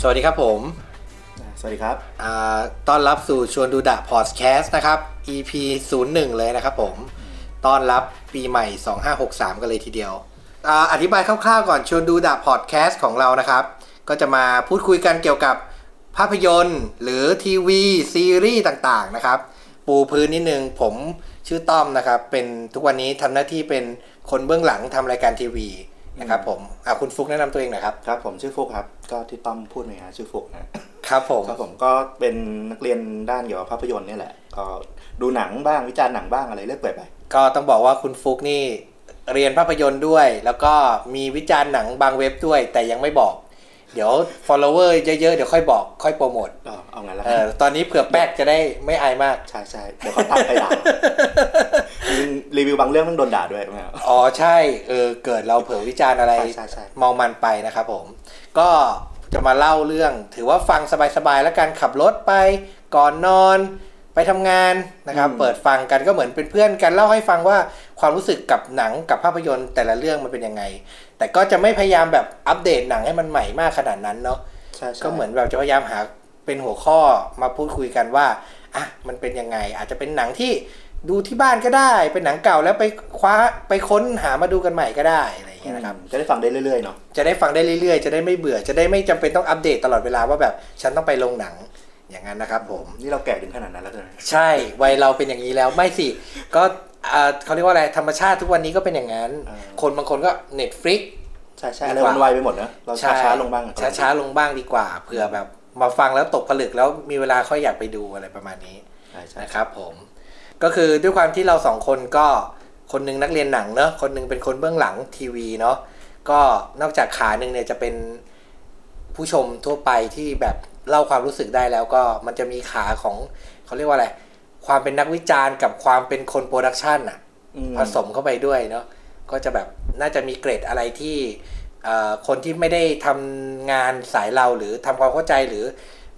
สวัสดีครับผม สวัสดีครับ อ่าต้อนรับสู่ชวนดูดะพอดแคสต์นะครับ EP 01 เลยนะครับผมต้อนรับปีใหม่ 2563 กันเลยทีเดียวอ่าอธิบายคร่าวๆก่อนชวนดูดะพอดแคสต์ของเรานะครับ ก็จะมาพูดคุยกันเกี่ยวกับภาพยนตร์ หรือทีวีซีรีส์ต่างๆนะครับ ปูพื้นนิดนึงผมชื่อต้อมนะครับ เป็นทุกวันนี้ทำหน้าที่เป็นคนเบื้องหลังทำรายการทีวีนะครับผมอ่ะคุณฟลุกแนะนำตัวเองหน่อยครับ ครับผมชื่อฟุกครับ ก็ที่ต้อมพูดไหมฮะชื่อฟุกนะครับ ผม ครับผมก็เป็นนักเรียนด้านเกี่ยวกับภาพยนตร์เนี่ยแหละ ก็ดูหนังบ้างวิจารณ์หนังบ้างอะไรเรื่อยเปื่อยไป ก็ต้องบอกว่าคุณฟุกนี่เรียนภาพยนตร์ด้วย แล้วก็มีวิจารณ์หนังบางเว็บด้วย แต่ยังไม่บอก เดี๋ยว follower เยอะๆ เดี๋ยวค่อยบอก ค่อยโปรโมท ก็เอางั้นละ เออตอนนี้เผื่อแป๊กจะได้ไม่อายมาก ใช่ใช่เดี๋ยวเขาตัดไปด่า จริงรีวิวบางเรื่องต้องโดนด่าด้วยไม่เอา อ๋อใช่เออเกิดเราเผลอวิจารณ์อะไร ใช่ใช่ใช่ เมามันไปนะครับผม ก็จะมาเล่าเรื่องถือว่าฟังสบายๆ แล้วกันขับรถไปก่อนนอนไปทำงานนะครับ เปิดฟังกันก็เหมือนเป็นเพื่อนกันเล่าให้ฟังว่าความรู้สึกกับหนังกับภาพยนตร์แต่ละเรื่องมันเป็นยังไง แต่ก็จะไม่พยายามแบบอัปเดตหนังให้มันใหม่มากขนาดนั้นเนาะ ใช่ใช่ ก็เหมือนแบบจะพยายามหาเป็นหัวข้อมาพูดคุยกันว่าอ่ะมันเป็นยังไง อาจจะเป็นหนังที่ดูที่บ้านก็ได้ เป็นหนังเก่าแล้วไปคว้าไปค้นหามาดูกันใหม่ก็ได้อะไรอย่าง อื เงี้ย ม นะครับ จะได้ฟังได้เรื่อยๆเนาะ จะได้ฟังได้เรื่อยๆ จะได้ไม่เบื่อ จะได้ไม่จำเป็นต้องอัปเดตตลอดเวลาว่าแบบฉันต้องไปลงหนังอย่างนั้นนะครับผม นี่เราแก่ถึงขนาดนั้นแล้วใช่ไหม ใช่วัยเราเป็นอย่างนี้แล้วไม่สิ ก็อ่าเขาเรียกว่าอะไรธรรมชาติทุกวันนี้ก็เป็นอย่างนั้น คนบางคนก็ Netflix ใช่ใช่อะไรมันไวไปหมดนะเราช้าช้าๆลงบ้างอะ ช้าช้าๆลงบ้างดีกว่าเผื่อแบบมาฟังแล้วตกผลึกแล้วมีเวลาค่อยอยากไปดูอะไรประมาณนี้ ใช่ใช่ นะครับผม ก็คือด้วยความที่เราสองคนก็คนหนึงนักเรียนหนังเนอะคนหนึงเป็นคนเบื้องหลังทีวีเนาะก็นอกจากขาหนึ่งเนี่ยจะเป็นผู้ชมทั่วไปที่แบบเล่าความรู้สึกได้แล้วก็มันจะมีขาของเขาเรียกว่าอะไรความเป็นนักวิจารณ์กับความเป็นคนโปรดักชันอะ อืม ผสมเข้าไปด้วยเนาะก็จะแบบน่าจะมีเกรดอะไรที่เอ่อคนที่ไม่ได้ทำงานสายเราหรือทำความเข้าใจหรือ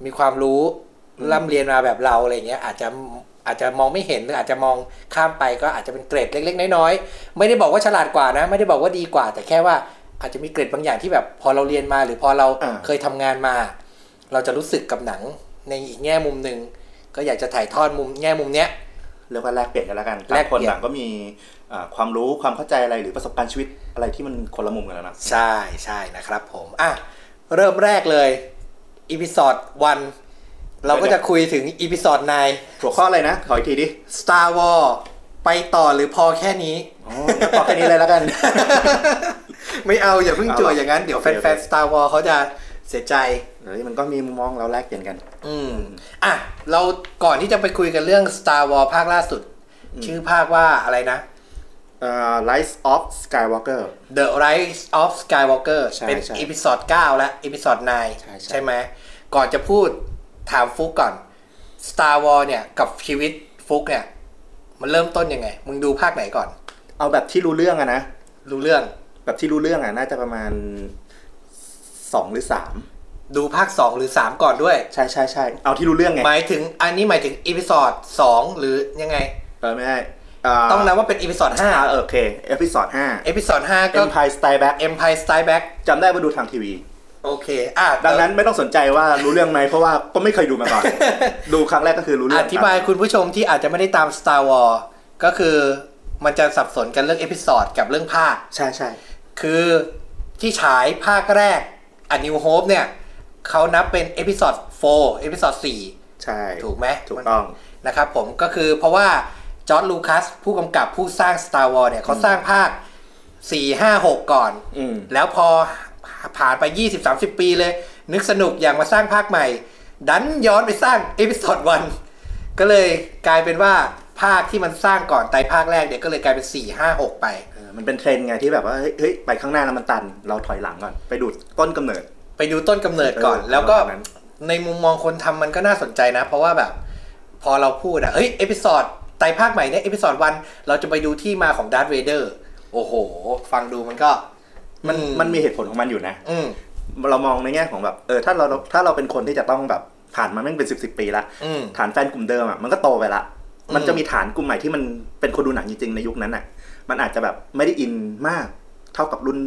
มีความรู้ร่ำเรียนมาแบบเราอะไรเงี้ยอาจจะอาจจะมองไม่เห็นหรืออาจจะมองข้ามไปก็อาจจะเป็นเกรดเล็กๆ น้อยๆ ไม่ได้บอกว่าฉลาดกว่านะ ไม่ได้บอกว่าดีกว่า แต่แค่ว่าอาจจะมีเกรดบางอย่างที่แบบพอเราเรียนมาหรือพอเราเคยทำงานมา เราจะรู้สึกกับหนังในอีกแง่มุมหนึ่งก็อยากจะถ่ายทอดมุมแง่มุมเนี้ย เรียกว่าแลกเปลี่ยนกันแล้วกัน แล ต่าก ง เป ค ลี่ยนน ต่างก็มีอ่าความรู้ความเข้าใจอะไรหรือประสบการณ์ชีวิตอะไรที่มันคนละมุมกันแล้วนะ ใช่ใช่นะครับผม อ่ะ เริ่มแรกเลยอีพิ o d ดวันเราก็จะคุยถึงอีพิ o d ดใน หัวข้ออะไรนะ ขออีกทีดิ Star Wars ไปต่อหรือพอแค่นี้ อ๋อพอแค่นี้เล ยแล้วกัน ไม่เอาอย่าเพิ่งจั่วอย่างนั้น เดี๋ยวแฟ โอน เค ๆ Star Wars เขาจะเสียใจ เดี๋ยวนี้มันก็มีมุมมองเราแลกเปลี่ยนกัน อืม อ่ะ เราก่อนที่จะไปคุยกันเรื่อง Star Wars ภาคล่าสุด ชื่อภาคว่าอะไรนะ เอ่อ Rise of Skywalker The Rise of Skywalker ใช่ เป็น ใช่ อีพิ o d ด9 และอีพิ o d ด ใช่ใช่ 9 ใช่ไหม ก่อนจะพูดถามฟุกก่อน Star Wars เนี่ย กับชีวิตฟุกเนี่ย มันเริ่มต้นยังไง มึงดูภาคไหนก่อน เอาแบบที่รู้เรื่องอะนะ รู้เรื่อง แบบที่รู้เรื่องอะน่าจะประมาณ 2 หรือ 3 ดูภาค 2 หรือ 3 ก่อนด้วย ใช่ใช่ใช่เอาที่รู้เรื่องไง หมายถึงอันนี้หมายถึงอีพิ o d ด2 หรือยังไง เออไม่ได้เอ่อ ต้องนับว่าเป็นอีพิ o d ด อ่า 5 เออโอเค เอพิ o d ดห้า เอพิ o d ด5 เอ็ ก็ มพายสไตล์แบ็ก Empire Strikes Back จำได้ว่าดูทางทีวี โอเค อ่ะ ดังนั้นไม่ต้องสนใจว่ารู้เรื่องไหมเพราะว่าก็ไม่เคยดู มาก่อน ดูครั้งแรกก็คือรู้เรื่ อ อง ธิบายคุณผู้ชมที่อาจจะไม่ได้ตาม Star Wars ก็คือมันจะสับสนกันเรื่องเอพิ o d ดกับเรื่องภาค ใช่ใช่ คือที่ฉายภาคแรกอันนิวโฮปเนี่ยเขานับเป็นเอพิ o d ด4เอพิ o d ด ใช่ 4ถูกไหม ถูกต้อง นะครับผมก็คือเพราะว่าจอร์ดลูคัสผู้กำกับผู้สร้าง Star Wars เนี่ยเขาสร้างภาค 4 5 6 ก่อน อืม แล้วพอผ่านไป 20-30 ปีเลย นึกสนุกอย่างมาสร้างภาคใหม่ ดันย้อนไปสร้างเอพิโซดวันก็เลยกลายเป็นว่าภาคที่มันสร้างก่อนไตรภาคแรกเนี่ยก็เลยกลายเป็น 4 5 6 ไป เออมันเป็นเทรนด์ไงที่แบบว่าเฮ้ยเฮ้ยไปข้างหน้าแล้วมันตัน เราถอยหลังก่อน ไปดูดต้นกำเนิด ไปดูต้นกำเนิดก่อน เออ แล้วก็ ประมาณนั้น ในมุมมองคนทำมันก็น่าสนใจนะ เพราะว่าแบบ พอเราพูดอะเอ้ยเอพิ o d ดไตรภาคใหม่เนี่ยเอพิ o d ดวันเราจะไปดูที่มาของดาร์ธเวเดอร์โอ้โห ฟังดูมันก็ มันมันมีเหตุผลของมันอยู่นะ อืม เรามองในแง่ของแบบเออถ้าเราถ้าเราเป็นคนที่จะต้องแบบผ่านมาแม่งเป็นสิบสิบปีละ อืม ฐานแฟนกลุ่มเดิมอ่ะมันก็โตไปละ มันจะมีฐานกลุ่มใหม่ที่มันเป็นคนดูหนังจริงๆในยุคนั้นอ่ะ มันอาจจะแบบไม่ได้อินมากเท่ากับรุ่น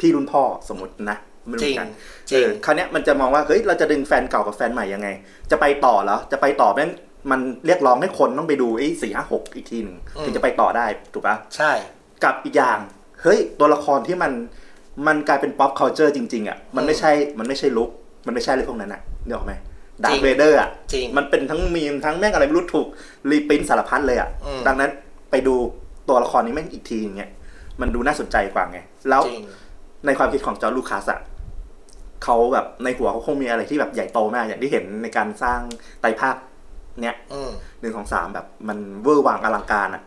พี่รุ่นพ่อสมมตินะ ไม่ จ รู้ ริ เห ง มือนกัน จริง เออคราวเนี้ยมันจะมองว่าเฮ้ยเราจะดึงแฟนเก่ากับแฟนใหม่ยังไง จะไปต่อเหรอจะไปต่อแม่งมันเรียกร้องให้คนต้องไปดูไอ้สี่ห้าหกอีกทีหนึ่ง อืม ถึงจะไปต่อได้ถูกปะ ใช่ กับอีกอย่าง เฮ้ย ตัวละครที่มันมันกลายเป็น pop culture จริง ๆ อ่ะ มันไม่ใช่ มันไม่ใช่ลุก มันไม่ใช่เลยพวกนั้นอ่ะนึกออกไหมดาร์เวเดอร์อ่ะ จริง มันเป็นทั้งมีมทั้งแม่งอะไรไม่รู้ถูก รีปรินท์สารพัดเลยอ่ะ อืม ดังนั้นไปดูตัวละครนี้แม่งอีกทีอย่างเงี้ยมันดูน่าสนใจกว่าไง แล้ว จริง ในความคิดของจอร์จลูคัสอ่ะเขาแบบในหัวเขาคงมีอะไรที่แบบใหญ่โตมาก อย่างที่เห็นในการสร้างไตรภาคเนี้ย อืม หนึ่งของสามแบบมันเวอร์วังอลังการอ่ะ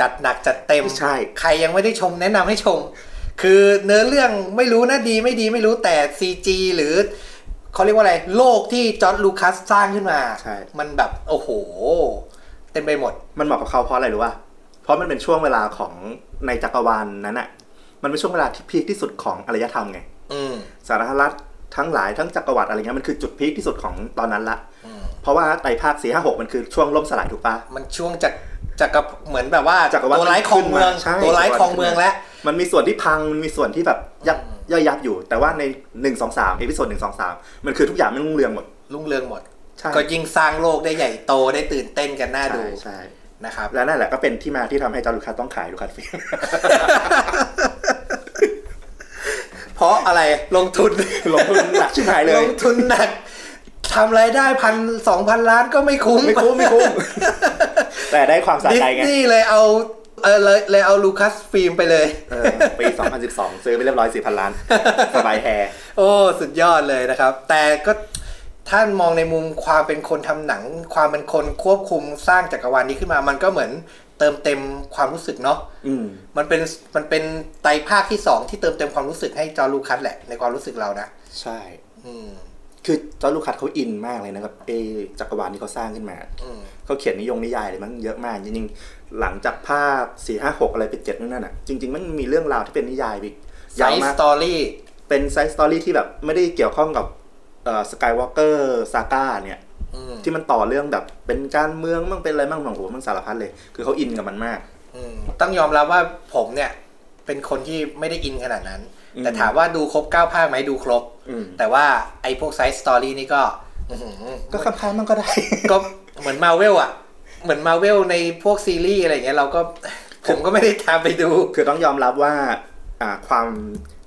จัดหนักจัดเต็ม ใช่ ใครยังไม่ได้ชมแนะนำให้ชม คือเนื้อเรื่องไม่รู้นะดีไม่ดีไม่รู้แต่ CG หรือเขาเรียกว่าอะไร โลกที่จอร์ดลูคัสสร้างขึ้นมา ใช่ มันแบบ โอ้โห เต็มไปหมด มันเหมาะกับเขาเพราะอะไรรู้ป่ะ เพราะมันเป็นช่วงเวลาของในจักรวาลนั้นอะมันเป็นช่วงเวลาที่พีคที่สุดของอารยธรรมไง อืม สารรัฐทั้งหลายทั้งจักรวรรดิอะไรเงี้ยมันคือจุดพีคที่สุดของตอนนั้นละ อืม เพราะว่าไตรภาคสี่ห้าหกมันคือช่วงล่มสลายถูกปะ มันช่วงจากจากกับเหมือนแบบว่า จักรวรรดิ ตัวร้ายของเมือง ขึ้นมาใช่ ตัวร้ายของเมืองแล้ว มันมีส่วนที่พัง มันมีส่วนที่แบบยับย่อยยับอยู่ แต่ว่าในหนึ่งสองสามเอพิโซดหนึ่งสองสามมันคือทุกอย่างมันรุ่งเรืองหมด รุ่งเรืองหมด ใช่ ก็ยิ่งสร้างโลกได้ใหญ่โตได้ตื่นเต้นกันน่า ใช่ ดู ใช่ นะครับ แล้วนั่นแหละก็เป็นที่มาที่ทำให้จอร์จลูคัสต้องขายลูคัสฟิล์ม เพราะอะไรลงทุน ลงทุนหนักชิบหายเลย ลงทุนหนักทำรายได้พันสองพันล้านก็ไม่คุ้ม ไม่คุ้มไม่คุ้ม แต่ได้ความสะ ดิส ใจไง นีย์เลยเอาเออเลยเลยเอาลูคัสฟิล์มไปเลย เออปี 2012 ซื้อไปเรียบร้อย 4,000 ล้าน สบายแฮร์ โอ้สุดยอดเลยนะครับ แต่ก็ท่านมองในมุมความเป็นคนทำหนัง ความเป็นคนควบคุมสร้างจักรวาลนี้ขึ้นมา มันก็เหมือนเติมเต็มความรู้สึกเนาะ อืม มันเป็นมันเป็นไตรภาคที่สองที่เติมเต็มความรู้สึกให้จอร์จลูคัสแหละในความรู้สึกเรานะ ใช่ อืม คือจอร์จลูคัสเขาอินมากเลยนะครับเอจักรวาลที่เขาสร้างขึ้นมา อืม เขาเขียนนิยงนิยายเลยมันเยอะมาก จริงๆ หลังจากภาค 4 5 6 อะไรไปเจ็ดนู่นนั่นอ่ะ จริง ๆ มันมีเรื่องราวที่เป็นนิยายอีก ไซ ยาว ส์ มา ส ก ตอรี่ เป็นไซส์สตอรี่ที่แบบไม่ได้เกี่ยวข้องกับเอ่อสกายวอล์กเกอร์ซาก้าเนี่ย อืม ที่มันต่อเรื่องแบบเป็นการเมืองมั่งเป็นอะไรมั่งของโหมันสารพัดเลย คือเขาอินกับมันมาก อืมต้องยอมรับว่าผมเนี่ย เป็นคนที่ไม่ได้อินขนาดนั้น อืม แต่ถามว่าดูครบเก้าภาคไหมดูครบ อืม แต่ว่าไอ้พวกไซส์สตอรี่นี่ก็อื้อหือ ก็คำพามันก็ได้ ก็เหมือนมาเวลอะเหมือนมาเวลในพวกซีรีส์อะไรเงี้ยเราก็ ผมก็ไม่ได้ตามไปดู คือต้องยอมรับว่าอ่าความ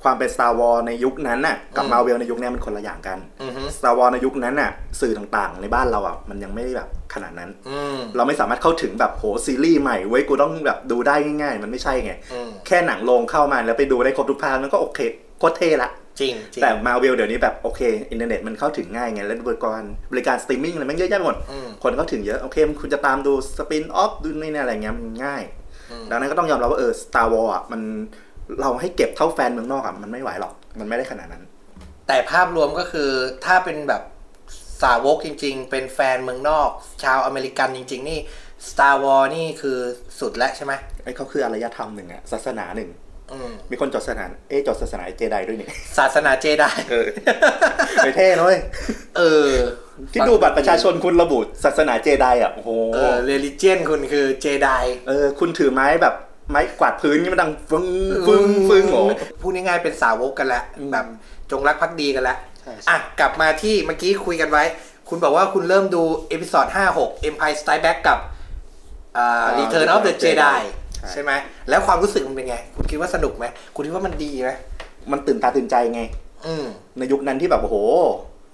ความเป็น Star Wars ในยุคนั้นน่ะกับ อืม มาเวลในยุคเนี้ยมันคนละอย่างกัน อือหือ Star Wars ในยุคนั้นน่ะสื่อต่างๆ ในบ้านเราอ่ะมันยังไม่ได้แบบขนาดนั้น อืม เราไม่สามารถเข้าถึงแบบโหซีรีส์ใหม่เว้ยกูต้องแบบดูได้ง่ายๆ มันไม่ใช่ไง อืม แค่หนังโรงเข้ามาแล้วไปดูได้ครบทุกภาคมันก็โอเคโคตรเท่ละ จริงจริง แต่มาเวลเดี๋ยวนี้แบบโอเค อินเทอร์เน็ตมันเข้าถึงง่ายไงแล้วบริการบริการสตรีมมิ่งอะไรมันเยอะแยะไปหมด อืม คนเข้าถึงเยอะโอเคมันคุณจะตามดูสปินออฟดูนี่นะอะไรเงี้ยมันง่าย อืม ดังนั้นก็ต้องยอมรับว่าเออ Star Wars อ่ะมันเราให้เก็บเท่าแฟนเมืองนอกอ่ะมันไม่ไหวหรอก มันไม่ได้ขนาดนั้น แต่ภาพรวมก็คือถ้าเป็นแบบสาวกจริง ๆ เป็นแฟนเมืองนอก ชาวอเมริกันจริง ๆ นี่ Star Wars นี่คือสุดแล้วใช่ไหม ไอ้เขาคืออารยธรรมหนึ่งอ่ะศาสนาหนึ่ง อืม มีคนจดศาสนาเอยจดศาสนาเจไดด้วยนี่ ศาสนาเจได เออ ไม่เท่นะเลย เออ ที่ดูบัตรประชาชนคุณระบุศาสนาเจไดอ่ะโอ้โห เออเรลิเจียนคุณคือเจได เออคุณถือไม้แบบไม้กวาดพื้นนี่มันดังฟึ้งฟึ้งฟึ้งโอ้ พูดง่ายๆเป็นสาวกกันแล้ว อืม แบบจงรักภักดีกันแล้ว ใช่ใช่ อ่ะกลับมาที่เมื่อกี้คุยกันไว้ คุณบอกว่าคุณเริ่มดูเอพิ o d ด5 6 Empire Strikes Back กับอ่า Return of the Jedi ใช่ไหมแล้วความรู้สึกมันเป็นไง คุณคิดว่าสนุกไหม คุณคิดว่ามันดีไหม มันตื่นตาตื่นใจไง อืม ในยุคนั้นที่แบบโอ้โห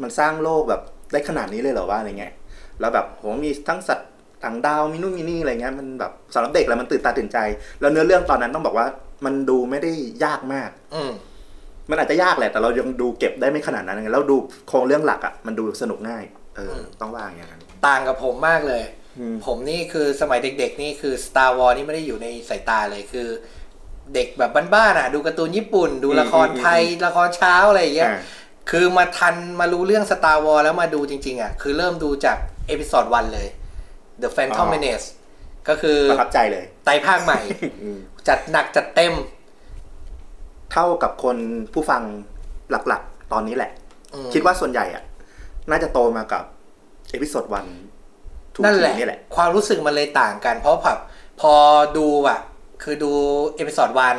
มันสร้างโลกแบบได้ขนาดนี้เลยเหรอวะอะไรเงี้ย แล้วแบบโหมีทั้งสัตว์ต่างดาวมีนู่นมีนี่อะไรเงี้ยมันแบบสำหรับเด็กแล้วมันตื่นตาตื่นใจ แล้วเนื้อเรื่องตอนนั้นต้องบอกว่ามันดูไม่ได้ยากมาก อืม มันอาจจะยากแหละแต่เรายังดูเก็บได้ไม่ขนาดนั้นไงแล้วดูโครงเรื่องหลักอะ่ะมันดูสนุกง่ายเอออต้องว่าอย่างนั้น ต่างกับผมมากเลย อืม ผมนี่คือสมัยเด็กๆ นี่คือ Star Wars นี่ไม่ได้อยู่ในสายตาเลยคือ เด็กแบบบ้านๆอ่ะ ดูการ์ตูนญี่ปุ่น ดูละครไทยละครเช้าอะไรอย่างเงี้ย อ่า คือมาทันมารู้เรื่อง Star Wars แล้วมาดูจริง ๆ อ่ะ คือเริ่มดูจากเอพิ o d ดวันเลย The อ๋ Phantom อ Menace ก็คือ ประทับใจเลย ไตรภาคใหม่ อืม จัดหนักจัดเต็ม เท่ากับคนผู้ฟังหลักๆ ตอนนี้แหละ อืม คิดว่าส่วนใหญ่อะ่ะ น่าจะโตมากับเอพิโซดวันทู นั่นแหละ นี่แหละ ความรู้สึกมันเลยต่างกัน เพราะแบบพอดูอ่ะ คือดูเอพิ o d ดวัน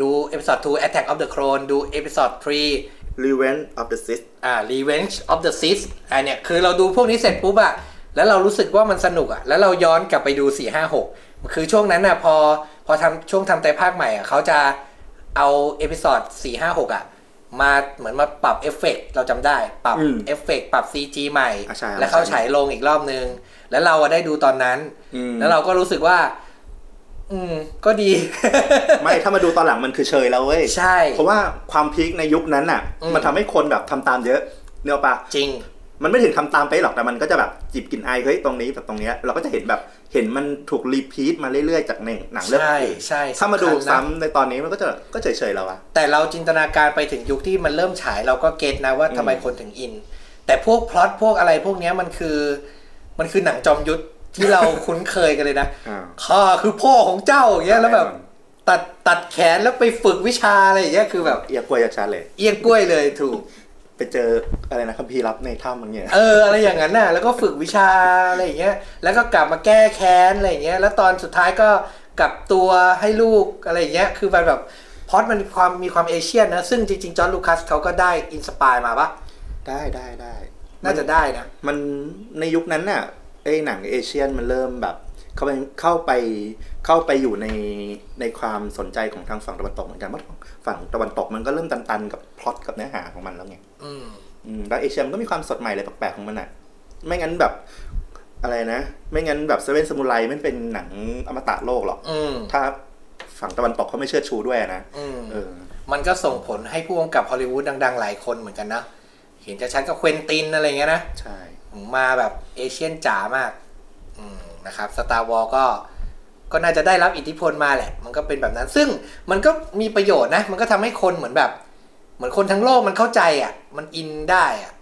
ดูเอพิ o d ด2 Attack of the Clone ดูเอพิ o d ด3 Revenge of the Sith อ่า Revenge of the Sith อันเนี้ยคือเราดูพวกนี้เสร็จปุ๊บอะแล้วเรารู้สึกว่ามันสนุกอะแล้วเราย้อนกลับไปดู 4 5 6 คือช่วงนั้นอะพอพอทำช่วงทำไตรภาคใหม่อะเขาจะเอาเอพิ o d ด4 5 6อะมาเหมือนมาปรับเอฟเฟกต์เราจำได้ ปรับ อืม เอฟเฟกต์ปรับ CG ใหม่ อ่ะใช่ แล้วเขา ใช่ ฉายลงอีกรอบนึง แล้วเราอะได้ดูตอนนั้น อืม แล้วเราก็รู้สึกว่า อืม ก็ดี ไม่ถ้ามาดูตอนหลังมันคือเชยแล้วเว้ย ใช่ เพราะว่าความพีคในยุคนั้นน่ะ อืม มันทำให้คนแบบทำตามเยอะเนื้ออกปะ จริง มันไม่ถึงทำตามไปหรอกแต่มันก็จะแบบจิบกลินไอายเฮ้ยตรงนี้แบบตรงเนี้ยเราก็จะเห็นแบบเห็นมันถูกรีพีทมาเรื่อยๆจากหนังหนังเรื่อง ใช่ อื่น ใช่ ถ้ามาดู สำคัญนะ ซ้ำในตอนนี้มันก็จะก็เฉยๆแล้วอะ แต่เราจินตนาการไปถึงยุคที่มันเริ่มฉายเราก็เก็ตนะว่าทำไม อืม คนถึงอิน แต่พวกพล็อตพวกอะไรพวกเนี้ยมันคือ มันคือหนังจอมยุทธที่เรา คุ้นเคยกันเลยนะ อ่า ข้าคือพ่อของเจ้าอย่างเงี้ยแล้วแบบ แน่นอ ตัดตัดแขนแล้วไปฝึกวิชาอะไรอย่างเงี้ยคือแบบ เอียกล้วยชัดเลย เอียงกล้วยเลยถูก ไปเจออะไรนะคัมภีร์ลับในถ้ำมันเงี้ย เอออะไรอย่างนั้นน่ะแล้วก็ฝึกวิชาอะไรอย่างเงี้ยแล้วก็กลับมาแก้แค้นอะไรอย่างเงี้ยแล้วตอนสุดท้ายก็กลับตัวให้ลูกอะไรอย่างเงี้ยคือมันแบบพล็อดมันมีความมีความเอเชียนนะซึ่งจริงๆจอร์นลูคัสเขาก็ได้อินสปายมาปะ ได้ได้ได้ น่าจะได้นะ มันในยุคนั้นน่ะไอ้หนังเอเชียนมันเริ่มแบบเข้าไปเข้าไปเข้าไปอยู่ในในความสนใจของทางฝั่งตะวันตกเหมือนกันเพราะฝั่งตะวันตกมันก็เริ่มตันๆกับพล็อตกับเนื้อหาของมันแล้วไง อืม อืมแล้วเอเชียมันก็มีความสดใหม่อะไรแปลกๆของมันอ่ะ ไม่งั้นแบบอะไรนะ ไม่งั้นแบบเซเว่นสมุไรมันเป็นหนังอมตะโลกหรอก อืม ถ้าฝั่งตะวันตกเขาไม่เชื่อชูด้วยนะ อืม เออ มันก็ส่งผลให้ผู้กำกับฮอลลีวูดดัง ๆ หลายคนเหมือนกันนะ เห็นจะชัดก็เควินตินอะไรเงี้ยนะ ใช่ มาแบบเอเชียนจ๋ามาก อืมนะครับสตาร์วอลก็ ก็น่าจะได้รับอิทธิพลมาแหละ มันก็เป็นแบบนั้น ซึ่งมันก็มีประโยชน์นะ มันก็ทำให้คนเหมือนแบบ เหมือนคนทั้งโลกมันเข้าใจอ่ะ มันอินได้อ่ะ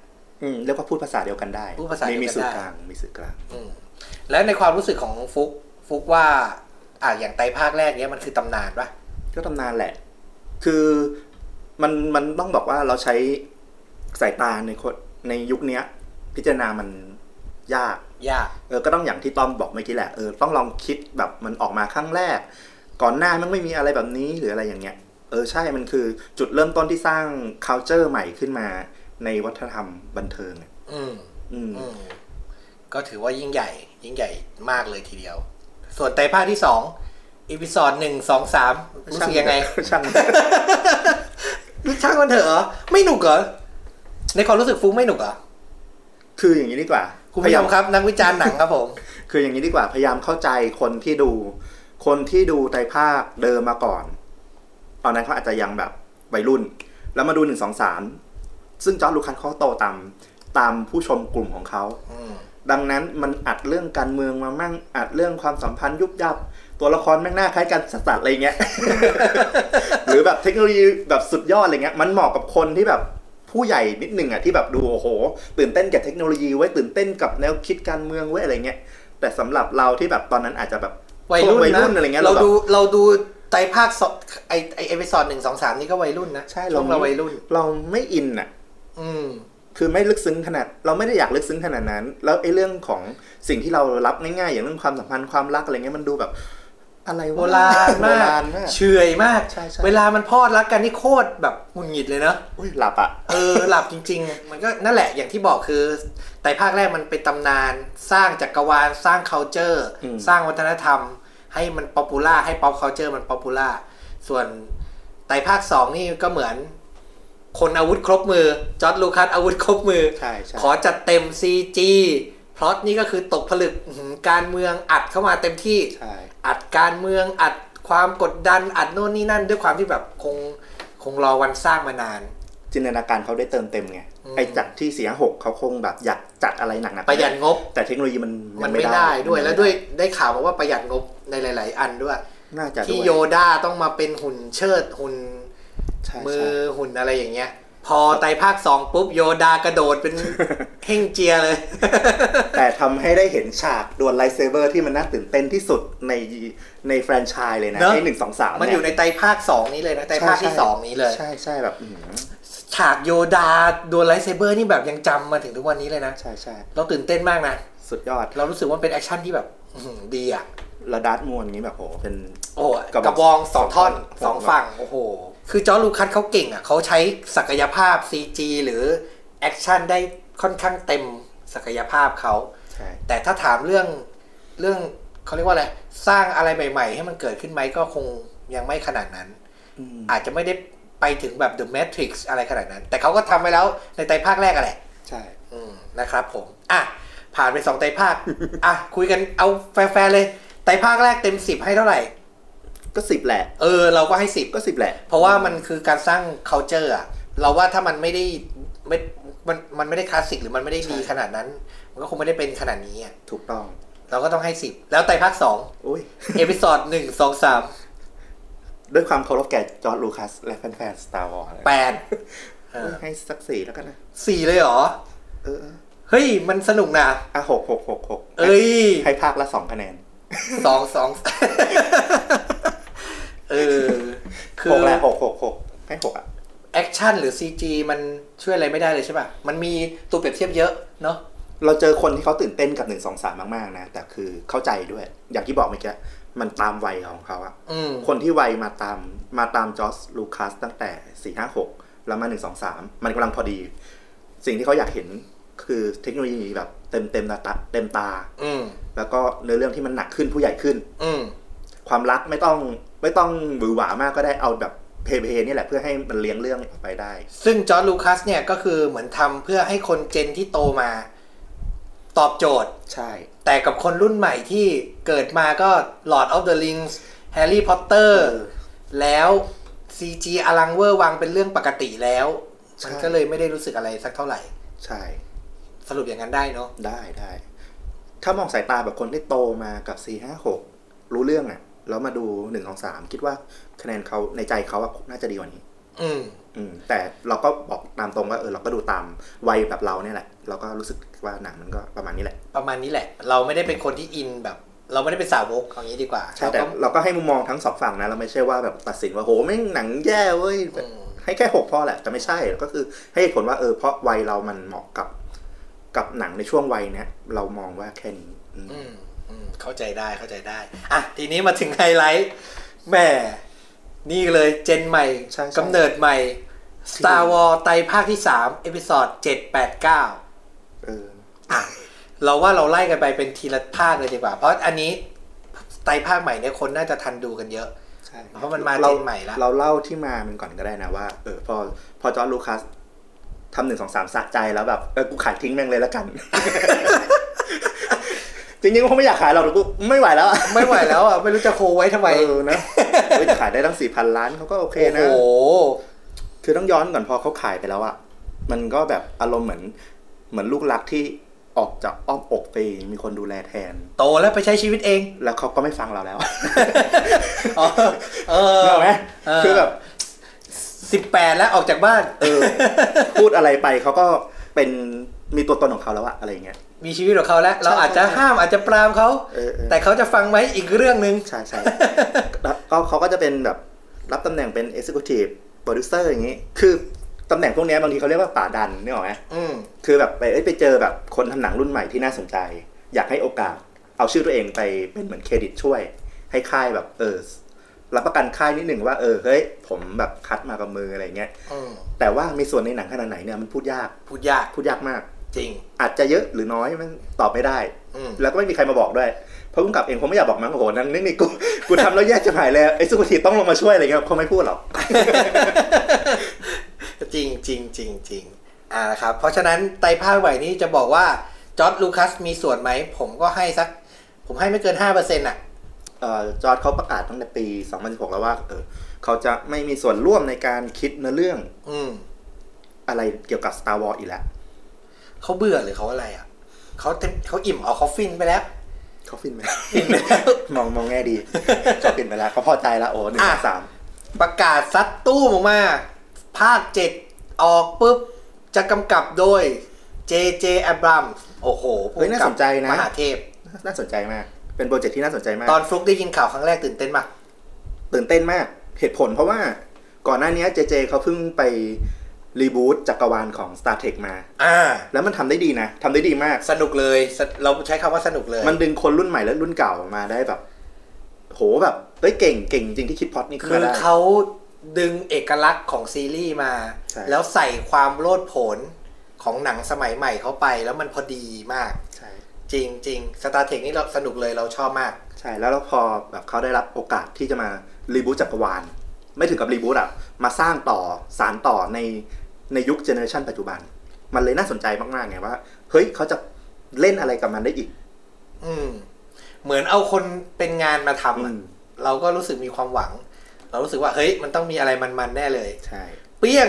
อืมเรียกว่าพูดภาษาเดียวกันได้ พูดภาษาเดียวกันได้ มีสื่อกลางมีสื่อกลาง อืมแล้วในความรู้สึกของฟุก ฟุกว่า อ่ะอย่างไตรภาคแรกเนี้ยมันคือตำนานปะ ก็ตำนานแหละ คือมันมันต้องบอกว่าเราใช้สายตาในคนในยุคเนี้ย พิจารณามันยาก ยาก เออ ก็ต้องอย่างที่ต้อมบอกเมื่อกี้แหละ เออ ต้องลองคิดแบบมันออกมาครั้งแรก ก่อนหน้ามันไม่มีอะไรแบบนี้หรืออะไรอย่างเงี้ย เออ ใช่ มันคือจุดเริ่มต้นที่สร้าง culture ใหม่ขึ้นมาในวัฒนธรรมบันเทิงอะ อืม อืม อืมก็ถือว่ายิ่งใหญ่ ยิ่งใหญ่มากเลยทีเดียว ส่วนไตรภาคที่สองอีพิซอดหนึ่งสองสามรู้สึกยังไง ช่าง ช่างมันเถอะเหรอไม่หนุกเหรอ ในความรู้สึกฟุ้งไม่หนุกเหรอ คืออย่างนี้ดีกว่า คุณผู้ชมครับ นักวิจารณ์หนังครับผม คืออย่างนี้ดีกว่าพยายามเข้าใจคนที่ดู คนที่ดูไตรภาคเดิมมาก่อน ตอนนั้นเขาอาจจะยังแบบวัยรุ่น แล้วมาดูหนึ่งสองสามซึ่งจอร์ดลูคัสเขาโตตามตามผู้ชมกลุ่มของเขา อืม ดังนั้นมันอัดเรื่องการเมืองมามั่งอัดเรื่องความสัมพันธ์ยุบยับ ตัวละครแม่งหน้าคล้ายกันสัสๆอะไรเงี้ย หรือแบบเทคโนโลยีแบบสุดยอดอะไรเงี้ย มันเหมาะกับคนที่แบบผู้ใหญ่นิดหนึ่งอ่ะที่แบบดูโอ้โห ตื่นเต้นกับเทคโนโลยีไว้ยตื่นเต้นกับแนวคิดการเมืองไว้ยอะไรเงี้ยแต่สำหรับเราที่แบบตอนนั้นอาจจะแบบ วัยรุ่น ช่งวัย นะ รุ่นอะไรเงี้ย เรา แบบ ดูเราดูไตรภาคสองไอไอเอพิซอดหนึ่งสองสามนี่ก็วัยรุ่นนะ ใช่ ช่วงเรา เรา วัยรุ่น เราไม่อินอ่ะ อืม คือไม่ลึกซึ้งขนาดเราไม่ได้อยากลึกซึ้งขนาดนั้น แล้วไอ้เรื่องของสิ่งที่เรารับง่ายๆ อย่างเรื่องความสัมพันธ์ความรักอะไรเงี้ยมันดูแบบ อะไรวะ โบราณ โบ มาร าก ณมาก เฉื่อยมาก ใช่ใช่ เวลามันพอดรักกันนี่โคตรแบบหงุนหงิดเลยเนอะ อุ้ยหลับอ่ะ เออหลับจริง ๆ มันก็นั่นแหละอย่างที่บอกคือไต่ภาคแรกมันเป็นตำนาน สร้างจักรวาลสร้าง culture อืม สร้างวัฒนธรรม ให้มันป๊อปปูล่าให้ pop culture มันป๊อปปูล่าส่วนไต่ภาคสองนี่ก็เหมือน คนอาวุธครบมือจอร์ดลูคัสอาวุธครบมือ ใช่ใช่ ขอจัดเต็ม CG พล็อตนี่ก็คือตกผลึกอื้อหือการเมืองอัดเข้ามาเต็มที่ ใช่ อัดการเมืองอัดความกดดันอัดโน่นนี่นั่น ด้วยความที่แบบคงคงรอวันสร้างมานาน จินตนาการเขาได้เติมเต็มไง อืม ไอ้จากที่เสียหกเขาคงแบบอยากจัดอะไรหนักๆ ประหยัดงบ แต่เทคโนโลยีมันยัง มันไม่ได้ด้วย มัน แล้ว ไม่ ด้วยได้ข่าวมาว่าประหยัดงบในหลาย ๆ อันด้วย น่าจะ ที่ ด้วย โยด้าต้องมาเป็นหุ่นเชิดหุ่น ใช่ มื ใช่ อหุ่นอะไรอย่างเงี้ย พอไตรภาคสองปุ๊บโยดากระโดด เป็น เฮ่งเจียเลย แต่ทำให้ได้เห็นฉากดวลไลท์เซเบอร์ที่มันน่าตื่นเต้นที่สุดในในแฟรนไชส์เลยนะ เนอะ ไอ้หนึ่งสองสาม มันอยู่ในไตรภาคสองนี้เลยนะไตรภาคที่สองนี้เลย ใช่ใช่แบบอื้อหือ ฉากโยดาโดนไลท์เซเบอร์นี่แบบยังจำมาถึงทุกวันนี้เลยนะ ใช่ใช่ เราตื่นเต้นมากนะ สุดยอด เรารู้สึกว่ามันเป็นแอคชั่นที่แบบอื้อหือดีอ่ะ ระดัดมวลอย่างนี้แบบโหเป็น โอ้โห กระบอก กระบองสองท่อน ส ส อ อง ง ฝั่ ฝั่ ง งโอ้โห คือจอร์จลูคัสเขาเก่งอ่ะเขาใช้ศักยภาพ CG หรือแอคชั่นได้ค่อนข้างเต็มศักยภาพเขา ใช่ แต่ถ้าถามเรื่องเรื่องเขาเรียกว่าอะไร สร้างอะไรใหม่ ๆ ให้มันเกิดขึ้นไหมก็คงยังไม่ขนาดนั้น อืม อาจจะไม่ได้ไปถึงแบบ The Matrix อะไรขนาดนั้น แต่เขาก็ทำไปแล้วในไตรภาคแรกอะแหละ ใช่ อืมนะครับผม อ่ะ ผ่านไปสองไตรภาค อ่ะ คุยกันเอาแฟร์ๆเลย ไตรภาคแรกเต็มสิบให้เท่าไหร่ ก็สิบแหละ เออ เราก็ให้สิบ ก็สิบแหละ เพราะว่ามันคือการสร้าง culture อะเราว่าถ้ามันไม่ได้ไม่มันมันไม่ได้คลาสสิกหรือมันไม่ได้ดี ใช่ ขนาดนั้น มันก็คงไม่ได้เป็นขนาดนี้อะ ถูกต้อง เราก็ต้องให้สิบแล้วไตรภาคสอง โอ้ย เอพิซอดหนึ่งสองสาม ด้วยความเคารพแก่จอร์ดลูคัสและแฟนๆสตาร์วอร์ แปด ให้สักสี่แล้วกันนะ สี่เลยเหรอ เออ เฮ้ย มันสนุกนะ อ่ะหกหกหกหก เอ้ย ให้ภาคละสองคะแนน สองสอง เออ คื ห อ กแหละหกหกหกให้หกอ่ะ แอคชั่นหรือ CG มันช่วยอะไรไม่ได้เลยใช่ป่ะ มันมีตัวเปรียบเทียบเยอะเนาะ เราเจอคนที่เขาตื่นเต้นกับหนึ่งสองสามมาก ๆ นะ แต่คือเข้าใจด้วย อย่างที่บอกเมื่อกี้มันตามวัยของเขาอะ อืม คนที่วัยมาตามมาตามจอร์จลูคัสตั้งแต่สี่ห้าหกแล้วมาหนึ่งสองสามมันกำลังพอดี สิ่งที่เขาอยากเห็นคือเทคโนโลยีแบบเต็มเต็มๆนะตาเต็มตา อืม แล้วก็เนื้อเรื่องที่มันหนักขึ้นผู้ใหญ่ขึ้น อืม ความรักไม่ต้องไม่ต้องบือหวามากก็ได้เอาแบบเพเพนี่แหละเพื่อให้มันเลี้ยงเรื่องออกไปได้ ซึ่งจอร์ดลูคัสเนี่ยก็คือเหมือนทำเพื่อให้คนเจนที่โตมา ตอบโจทย์ ใช่ แต่กับคนรุ่นใหม่ที่เกิดมาก็ Lord of the Rings Harry Potter แล้ว CG อลังเวอร์วางเป็นเรื่องปกติแล้ว มันก็เลยไม่ได้รู้สึกอะไรสักเท่าไหร่ ใช่ สรุปอย่างนั้นได้เนาะ ได้ได้ ถ้ามองสายตาแบบคนที่โตมากับสี่ห้าหกรู้เรื่องอะ่ะ แล้วมาดูหนึ่งของสามคิดว่าคะแนนเขาในใจเขาอะน่าจะดีกว่านี้ อืม อืม แต่เราก็บอกตามตรงว่าเออเราก็ดูตามวัยแบบเราเนี่ยแหละ เราก็รู้สึกว่าหนังมันก็ประมาณนี้แหละ ประมาณนี้แหละ เราไม่ได้เป็นคนที่อินแบบ เราไม่ได้เป็นสาวกเอางี้ดีกว่า ใช่ เรา แต่ ก็ เราก็ให้มุมมองทั้งสองฝั่งนะ เราไม่ใช่ว่าแบบตัดสินว่าโหแม่งหนังแย่เว้ยแบบ อืม ให้แค่หกพอแหละ แต่ไม่ใช่ก็คือให้เหตุผลว่าเออเพราะวัยเรามันเหมาะกับ กับหนังในช่วงวัยเนี้ยเรามองว่าแค่นี้อืม อืมอืมเข้าใจได้เข้าใจได้ อ่ะ ทีนี้มาถึงไฮไลท์แหม่ นี่เลยเจนใหม่ ใช่ใช่ กำเนิดใหม่ Star Wars ไตรภาคที่ 3 เอพิซอด789 เออ อ่ะ เราว่าเราไล่กันไปเป็นทีละภาคเลยดีกว่า เพราะอันนี้ไตรภาคใหม่เนี่ยคนน่าจะทันดูกันเยอะ ใช่ เพราะมันมาเจนใหม่ละ เราเล่าที่มามันก่อนก็ได้นะว่าเออพอพอจอร์จลูคัสทำหนึ่งสองสามสะใจแล้วแบบเออกูขายทิ้งแม่งเล ยแล้วกัน จริงๆก็ไม่อยากขายหรอกแต่กูไม่ไหวแล้วอะ ไม่ไหวแล้วอ่ะ ไม่รู้จะโคไว้ทำไม เออนะเฮ้ยจะขายได้ตั้งสี่พันล้านเขาก็โอเค โอ้ นะ โห คือต้องย้อนก่อนพอเขาขายไปแล้วอะมันก็แบบอารมณ์เหมือน เหมือนลูกรักที่ออกจากอ้อมอกไปมีคนดูแลแทน โตแล้วไปใช้ชีวิตเอง แล้วเขาก็ไม่ฟังเราแล้ว อ๋อเออ เข้าไหมคือแบบ สิบแปดแล้วออกจากบ้าน เออ พูดอะไรไปเขาก็เป็นมีตัวตนของเขาแล้วอะอะไรอย่างเงี้ย มีชีวิตของเขาแล้ว เราอาจจะ ใช่ใช่ ห้ามอาจจะปรามเขา เออเออ แต่เขาจะฟังไหมอีกเรื่องหนึ่ง ใช่ใช่แล้วก็เขาก็จะเป็นแบบรับตำแหน่งเป็น Executive Producer อย่างงี้ คือตำแหน่งพวกเนี้ยบางทีเขาเรียกว่าป่าดันนึกออกไหม อืม คือแบบไปเอ้ยไปเจอแบบคนทำหนังรุ่นใหม่ที่น่าสนใจ อยากให้โอกาส เอาชื่อตัวเองไปเป็นเหมือนเครดิตช่วย ให้ค่ายแบบเออรับประกันค่ายนิดหนึ่งว่าเออเฮ้ยผมแบบคัดมากับมืออะไรเงี้ย อืม แต่ว่ามีส่วนในหนังขนาดไหนเนี่ยมันพูดยาก พูดยาก พูดยากมาก จริง อาจจะเยอะหรือน้อยมันตอบไม่ได้ อืม แล้วก็ไม่มีใครมาบอกด้วย เพราะผู้กำกับเองคงไม่อยากบอกมั้งโอ้โหนั่นนี่นี่กู กูทำแล้วแย่จะหายแล้วไอ้สุกุทีต้องลงมาช่วยอะไรเงี้ยเขาไม่พูดหรอก จริงจริงจริงจริงอ่านะครับ เพราะฉะนั้นไตรภาคใหม่นี้จะบอกว่า จอร์ดลูคัสมีส่วนไหม ผมก็ให้สัก ผมให้ไม่เกินห้าเปอร์เซ็นต์อ่ะ เอ่อจอร์ดเขาประกาศตั้งแต่ปี 2016 แล้วว่าเออเขาจะไม่มีส่วนร่วมในการคิดเนื้อเรื่อง อืม อะไรเกี่ยวกับ Star Wars อีกแล้ว เขาเบื่อหรือเขาอะไรอ่ะ เขาเต็มเขาอิ่มเอาเขาฟินไปแล้ว เขาฟินไหม มองมองแง่ดีเขาฟินไปแล้วเขาพอใจละโอ้หนึ่งสาม ประกาศซัดตู้มออกมา ภาคเจ็ดออกปุ๊บ จะกำกับโดย J.J. Abrams โอ้โหผู้ เฮ้ยน่าสนใจนะ มหาเทพ น่าสนใจมาก เป็นโปรเจกต์ที่น่าสนใจมาก ตอนฟลุกได้ยินข่าวครั้งแรกตื่นเต้นมาก ตื่นเต้นมาก เหตุผลเพราะว่าก่อนหน้านี้เจเจเขาเพิ่งไปรีบูตจักรวาลของ Star Trek มา อ่า แล้วมันทำได้ดีนะทำได้ดีมาก สนุกเลยสเราใช้คำว่าสนุกเลย มันดึงคนรุ่นใหม่และรุ่นเก่ามาได้แบบ โหแบบเฮ้ยเก่งเก่งจริงที่คิดพล็อตนี่ขึ้น คื มา อ ได้ เขา ดึงเอกลักษณ์ของซีรีส์มา ใช่ แล้วใส่ความโลดโผนของหนังสมัยใหม่เข้าไป แล้วมันพอดีมาก ใช่ จริงจริงสตาร์เทคนี่เราสนุกเลยเราชอบมาก ใช่แล้วแล้วพอแบบเขาได้รับโอกาสที่จะมารีบูตจักรวาล ไม่ถึงกับรีบูตอะมาสร้างต่อสารต่อในในยุคเจเนอเรชันปัจจุบัน มันเลยน่าสนใจมากๆไงว่า เฮ้ยเขาจะเล่นอะไรกับมันได้อีก อืม เหมือนเอาคนเป็นงานมาทำอะ อืม เราก็รู้สึกมีความหวัง เรารู้สึกว่าเฮ้ยมันต้องมีอะไรมันๆแน่เลย ใช่ เปี้ยง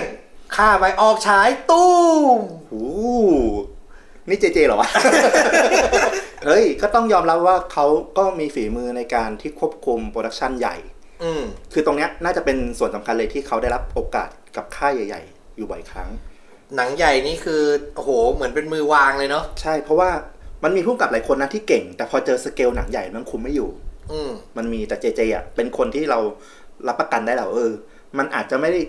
ค่าไปออกฉายตู้ม โอ้นี่เจเจเหรอวะ เฮ้ย ก็ต้องยอมรับว่าเขาก็มีฝีมือในการที่ควบคุมโปรดักชันใหญ่ อืม คือตรงเนี้ยน่าจะเป็นส่วนสำคัญเลยที่เขาได้รับโอกาสกับค่ายใหญ่ ๆ อยู่บ่อยครั้ง หนังใหญ่นี่คือโอ้โหเหมือนเป็นมือวางเลยเนาะ ใช่เพราะว่ามันมีผู้กำกับหลายคนนะที่เก่ง แต่พอเจอสเกลหนังใหญ่มันคุมไม่อยู่ อืม มันมีแต่เจเจอ่ะเป็นคนที่เรารับประกันได้แล้วเออ มันอาจจะไม่ได้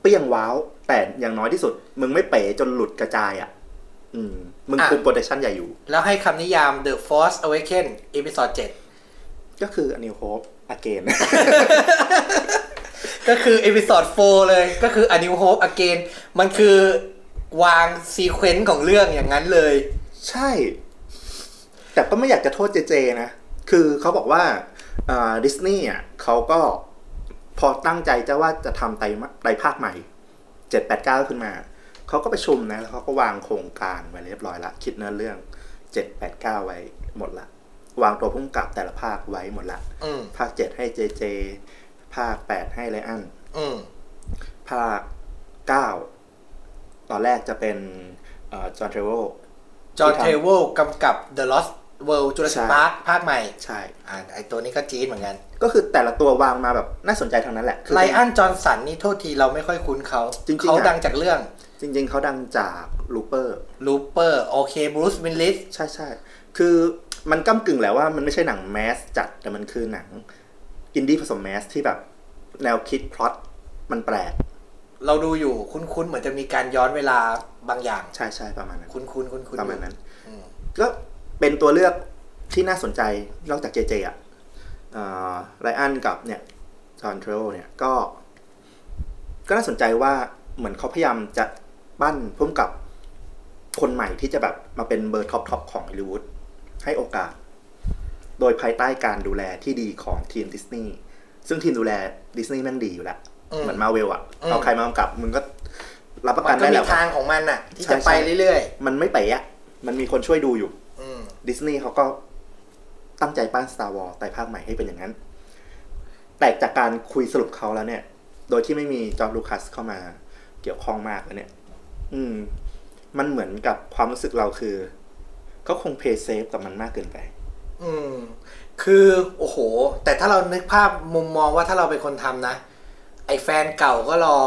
เปรี้ยงว้าว แต่อย่างน้อยที่สุด มึงไม่เป๋จนหลุดกระจายอ่ะ อืม มึง อ่ะ คุมโปรดักชันใหญ่อยู่ แล้วให้คำนิยาม The Force Awaken เอพิ o d ด ก็คืออันนิวโฮปอเกน 7ก็คือเอพิ o d ด4เลย ก็คือ A New Hope Again มันคือวางซีเควนซ์ของเรื่องอย่างนั้นเลย ใช่ แต่ก็ไม่อยากจะโทษเจเจนะ คือเขาบอกว่าดิสนีย์อ่ะเขาก็พอตั้งใจจะว่าจะทำไตรมาไตรภาคใหม่เจ็ดแปดเก้าขึ้นมา เขาก็ประชุมนะ แล้วเขาก็วางโครงการไว้เรียบร้อยละ คิดเนื้อเรื่องเจ็ดแปดเก้าไว้หมดละ วางตัวพุ่งกับแต่ละภาคไว้หมดละ อืม ภาคเจ็ดให้เจเจ ภาคแปดให้ไลอัน อืม ภาคเก้าตอนแรกจะเป็นจอห์นเทรเวล จอห์นเทเวลกำกับ The Lost World Jurassic ใช่ Park ภาคใหม่ ใช่ อ่าไอตัวนี้ก็จี๊ดเหมือนกัน ก็คือแต่ละตัววางมาแบบน่าสนใจทางนั้นแหละคื ไลอ n นจอ h ์ s สันนี่โทษทีเราไม่ค่อยคุ้นเขา จริงๆ เขา อะ ดังจากเรื่อง จริง ๆเขาดังจากลูเปอร์ ลูเปอร์โอเคบรูซวินลิส ใช่ใช่คือมันก้ากึ่งแหล้วว่ามันไม่ใช่หนังแมสจัด แต่มันคือหนังอินดี้ผสมแมสที่แบบแนวคิดพล็อตมันแปลก เราดูอยู่คุ้นๆ เหมือนจะมีการย้อนเวลาบางอย่าง ใช่ใช่ประมาณนั้น คุ้นๆคุ้นๆ ประมาณนั้น อืม ก็เป็นตัวเลือกที่น่าสนใจนอกจากเจเจอ่ะไรอันกับเนี่ยจอห์นเทรลเนี่ยก็ ก็น่าสนใจว่าเหมือนเขาพยายามจะปั้นพุ่มกับคนใหม่ที่จะแบบมาเป็นเบอร์ท็อปทอปของฮอลลีวูดให้โอกาส โดยภายใต้การดูแลที่ดีของทีมดิสนีย์ซึ่งทีมดูแลดิสนีย์แม่งดีอยู่แล้ว อืม เหมือนมาเวลอะ อืม เอาใครมากำกับมึงก็รับประกั มัน นก็ ได้แห มี ละ ทางของมันน่ะ ที่ ใช่ จะไป ใช่ เรื่อย มันไม่เป๋อะมันมีคนช่วยดูอยู่ ๆ อืม ดิสนีย์เขาก็ตั้งใจปั้น Star Wars ไตรภาคใหม่ให้เป็นอย่างนั้น แต่จากการคุยสรุปเขาแล้วเนี่ย โดยที่ไม่มีจอร์จลูคัสเข้ามาเกี่ยวข้องมากแล้วเนี่ย อืม มันเหมือนกับความรู้สึกเราคือเขาคงเพย์เซฟกับมันมากเกินไป อืม คือ โอ้โห แต่ถ้าเรานึกภาพมุมมองว่าถ้าเราเป็นคนทำนะ ไอแฟนเก่าก็รอ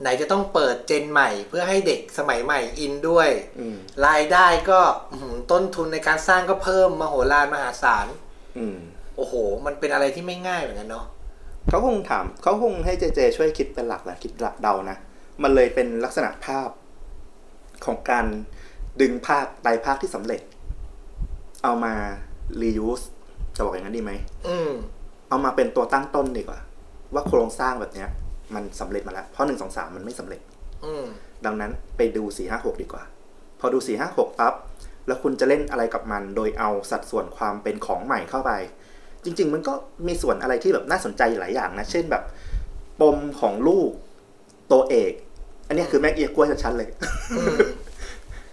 ไหนจะต้องเปิดเจนใหม่ เพื่อให้เด็กสมัยใหม่อินด้วย อืม รายได้ก็อื้อหือต้นทุนในการสร้างก็เพิ่มมโหฬารมหาศาล อืม โอ้โห มันเป็นอะไรที่ไม่ง่ายเหมือนกันเนาะ เขาคงถามเขาคงให้เจเจช่วยคิดเป็นหลักแหละคิดหลักเดานะ มันเลยเป็นลักษณะภาพของการดึงภาคไตรภาคที่สำเร็จ เอามา reuse จะบอกอย่างนั้นดีไหม อืม เอามาเป็นตัวตั้งต้นดีกว่า ว่าโครงสร้างแบบเนี้ย มันสำเร็จมาแล้ว เพราะหนึ่งสองสามมันไม่สำเร็จ อืม ดังนั้นไปดูสี่ห้าหกดีกว่า พอดูสี่ห้าหกปั๊บแล้วคุณจะเล่นอะไรกับมัน โดยเอาสัดส่วนความเป็นของใหม่เข้าไป จริง ๆ มันก็มีส่วนอะไรที่แบบน่าสนใจหลายอย่างนะ เช่นแบบ ปมของลูกตัวเอก อันเนี้ยคือแม่เอียกล้วยชัดๆเลย อืม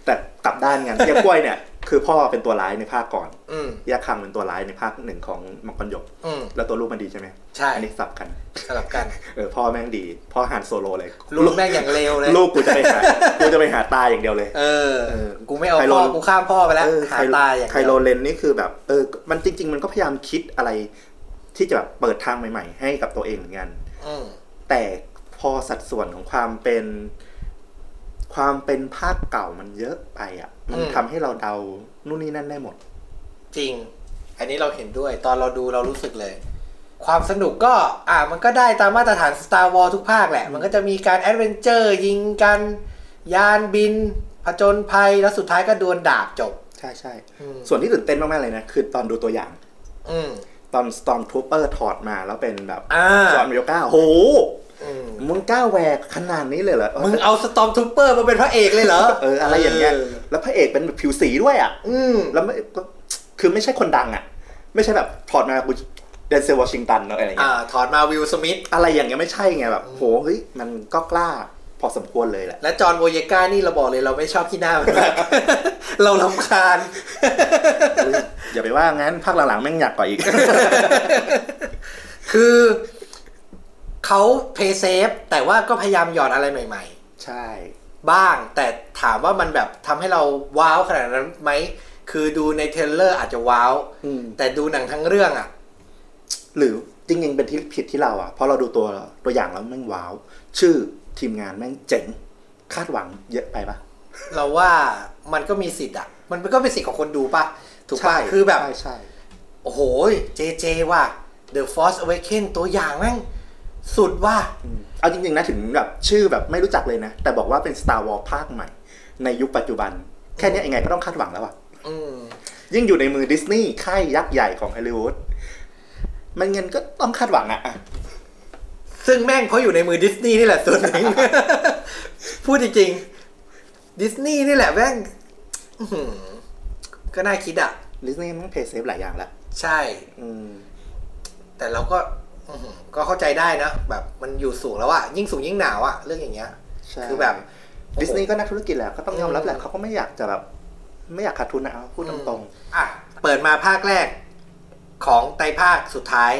แต่กลับด้านกันเอียกล้วยเนี่ย คือพ่อเป็นตัวร้ายในภาคก่อน อืม เอียคังเป็นตัวร้ายในภาคหนึ่งของมังกรหยก อืม แล้วตัวลูกมันดีใช่ไหม ใช่ อันนี้สับกัน สลับกัน เออพ่อแม่งดีพ่อหันโซโลเลย ลูกแม่งอย่างเลวเลย ลูกกูจะไปหา กูจะไปหาตายอย่างเดียวเลย เออ เออ กูไม่เอา ไคโล พ่อ กูข้ามพ่อไปแล้ว เออ หา ไคโล ตายอย่าง ไค เดี โล ยว เลนนี่คือแบบ เออ มันจริง ๆ มันก็พยายามคิดอะไร ที่จะแบบเปิดทางใหม่ ๆ ให้กับตัวเองเหมือนกัน อืม แต่พอสัดส่วนของความเป็น ความเป็นภาคเก่ามันเยอะไปอ่ะ มัน อืม ทำให้เราเดานู่นนี่นั่นได้หมด จริง อันนี้เราเห็นด้วย ตอนเราดูเรารู้สึกเลย ความสนุกก็ อ่า มันก็ได้ตามมาตรฐาน Star Wars ทุกภาคแหละ มันก็จะมีการแอดเวนเจอร์ ยิงกัน ยานบิน ผจญภัย แล้วสุดท้ายก็ดวลดาบจบ ใช่ใช่ อืม ส่วนที่ตื่นเต้นมากๆเลยนะ คือตอนดูตัวอย่าง อืม ตอน Stormtrooper ถอดมาแล้วเป็นแบบ อ่า จอห์นวิลก้าโอ้โห อืม มึงกล้าแหวกขนาดนี้เลยเหรอ มึงเอาสตอมทูเปอร์มาเป็นพระเอกเลยเหรอ เอออะไรอย่างเงี้ยแล้วพระเอกเป็นแบบผิวสีด้วยอ่ะ อืม แล้วไม่ก็คือไม่ใช่คนดังอ่ะ ไม่ใช่แบบถอดมากูเดนเซลวอชิงตันอะไรอย่างเงี้ย อ่า ถอนมาวิลสมิธ อะไรอย่างเงี้ยไม่ใช่ไงแบบโหเฮ้ยมันก็กล้าพอสมควรเลยแหละ และจอห์นโวเยก้านี่เราบอกเลยเราไม่ชอบที่หน้ามันมาก เราลำคาญ อย่าไปว่างั้นภาคหลังๆแม่งอยากกว่าอีก คือเขาเพย์เซฟแต่ว่าก็พยายามหยอดอะไรใหม่ ใช่ ๆ บ้าง แต่ถามว่ามันแบบทำให้เราว้าวขนาดนั้นไหม คือดูในเทรลเลอร์อาจจะว้าว อืม แต่ดูหนังทั้งเรื่องอ่ะ หรือจริงๆเป็นที่ผิดที่เราอ่ะเพราะเราดูตัวตัวอย่างแล้วแม่งว้าว ชื่อทีมงานแม่งเจ๋ง คาดหวังเยอะไปปะ เราว่ามันก็มีสิทธิ์อ่ะ มันก็เป็นสิทธิ์ของคนดูป่ะ ถูกป่ะ ใช่ คือแบบ ใช่ใช่ โอ้โห เจเจว่ะ The Force Awakens ตัวอย่างแม่งสุดว่ะ อืมเอาจริงๆนะถึงแบบชื่อแบบไม่รู้จักเลยนะ แต่บอกว่าเป็น Star Wars ภาคใหม่ ในยุคปัจจุบัน แค่เนี้ยยังไงก็ต้องคาดหวังแล้วอ่ะ อืม ยิ่งอยู่ในมือดิสนีย์ค่ายยักษ์ใหญ่ของฮอลลีวูดมันเงินก็ต้องคาดหวังอะอะ ซึ่งแม่งเพราะอยู่ในมือดิสนีย์นี่แหละส่วนหนึ่ง พูดจริงๆดิสนีย์นี่แหละแม่งอื้อหือก็น่าคิดอ่ะ ดิสนีย์มันเพย์เซฟหลายอย่างละ ใช่ อืม แต่เราก็อื้อหือก็เข้าใจได้นะ แบบมันอยู่สูงแล้วอะยิ่งสูงยิ่งหนาวอะเรื่องอย่างเงี้ย ใช่ คือแบบ ดิสนีย์ก็นักธุรกิจแหละก็ต้องยอมรับแหละเขาก็ไม่อยากจะแบบ ไม่อยากขาดทุนนะเอาพูดตรง อ่ะ เปิดมาภาคแรกของไตรภาคสุดท้าย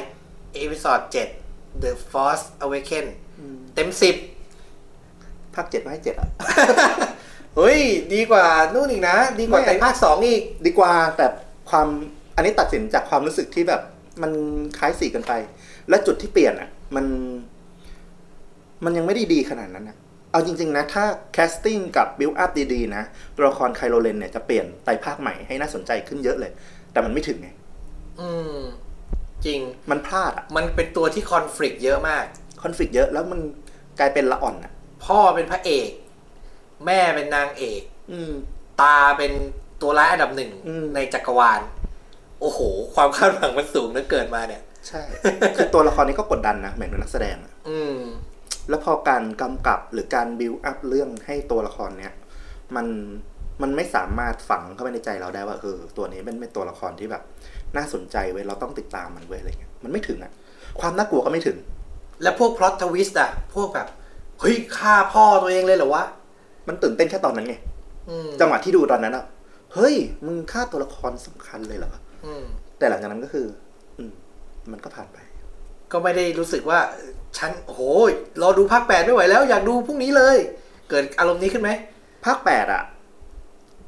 เอพิ o d ด7 The Force Awakens ๆอืม เต็มสิบ ภาคเจ็ดไม่ให้เจ็ดอะ เฮ้ย ดีกว่านู่นอีกนะ ดีกว่า ไม่ ไตรภาคสองอีก ดีกว่าแต่ความอันนี้ตัดสินจากความรู้สึกที่แบบ มันคล้ายสีกันไป และจุดที่เปลี่ยนอะมัน มันยังไม่ได้ดีขนาดนั้นนะเอาจริง ๆ นะ ถ้าแคสติ้งกับบิลอัพดีๆ นะ ตัวละครไคลโรเลนเนี่ยจะเปลี่ยนไตรภาคใหม่ให้น่าสนใจขึ้นเยอะเลย แต่มันไม่ถึงไง อืม จริง มันพลาดอะ มันเป็นตัวที่คอนฟ lict เยอะมาก คอนฟ lict เยอะแล้วมันกลายเป็นละอ่อนอะ พ่อเป็นพระเอก แม่เป็นนางเอก อืม ตาเป็นตัวร้ายอันดับหนึ่ง อืม ในจักรวาล โอ้โห ความคาดหวังมันสูงเหลือเกินมาเนี่ย ใช่ คือตัวละครนี้ก็กดดันนะเหมือนเป็นนักแสดงอะ อืม แล้วพอการกำกับหรือการบิวอัพเรื่องให้ตัวละครเนี้ยมันมันไม่สามารถฝังเข้าไปในใจเราได้ว่าเออตัวนี้เป็นเป็นตัวละครที่แบบ น่าสนใจเว้ยเราต้องติดตามมันเว้ยอะไรเงี้ยมันไม่ถึงอะความน่ากลัวก็ไม่ถึง แล้วพวกพล็อตทวิสต์อะพวกแบบ เฮ้ยฆ่าพ่อตัวเองเลยเหรอวะ มันตื่นเต้นแค่ตอนนั้นไง อืม จังหวะที่ดูตอนนั้นอะเฮ้ยมึงฆ่าตัวละครสำคัญเลยเหรอ อืม แต่หลังจากนั้นก็คือ อืมมันก็ผ่านไป ก็ไม่ได้รู้สึกว่า ฉัน โอ้โหรอดูภาคแปดไม่ไหวแล้ว อยากดูพรุ่งนี้เลย เกิดอารมณ์นี้ขึ้นไหม ภาคแปดอะ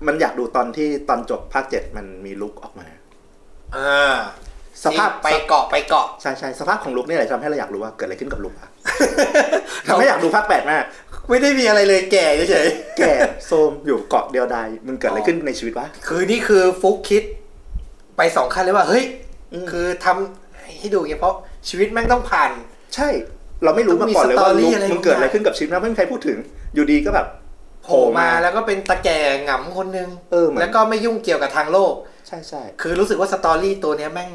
มันอยากดูตอนที่ตอนจบภาคเจ็ดมันมีลุกออกมา อ่า สภาพ ไปเกาะไปเกาะ ใช่ใช่สภาพของลุกนี่แหละทำให้เราอยากรู้ว่าเกิดอะไรขึ้นกับลุกอะ ทำให้อยากดูภาคแปดมาก ไม่ได้มีอะไรเลยแก่เฉย แก่โซมอยู่เกาะเดียวดายมึงเกิดอะไรขึ้นในชีวิตวะ ๆ คือนี่คือฟุกคิด ไปสองขั้นเลยว่า เฮ้ย อืม คือทำให้ดูไงเพราะชีวิตแม่งต้องผ่าน ใช่ เราไม่รู้มาก่อนเลย ต้ ว่า องมี ลุสตอรี่กอะไร มึงเกิดอะไรขึ้นกับชีวิตนะไม่มีใครพูดถึง อยู่ดีก็แบบ โผล่มาแล้วก็เป็นตะแก่หงำคนนึง เออเหมือน แล้วก็ไม่ยุ่งเกี่ยวกับทางโลก ใช่ใช่ คือรู้สึกว่าสตอรี่ตัวเนี้ยแม่ง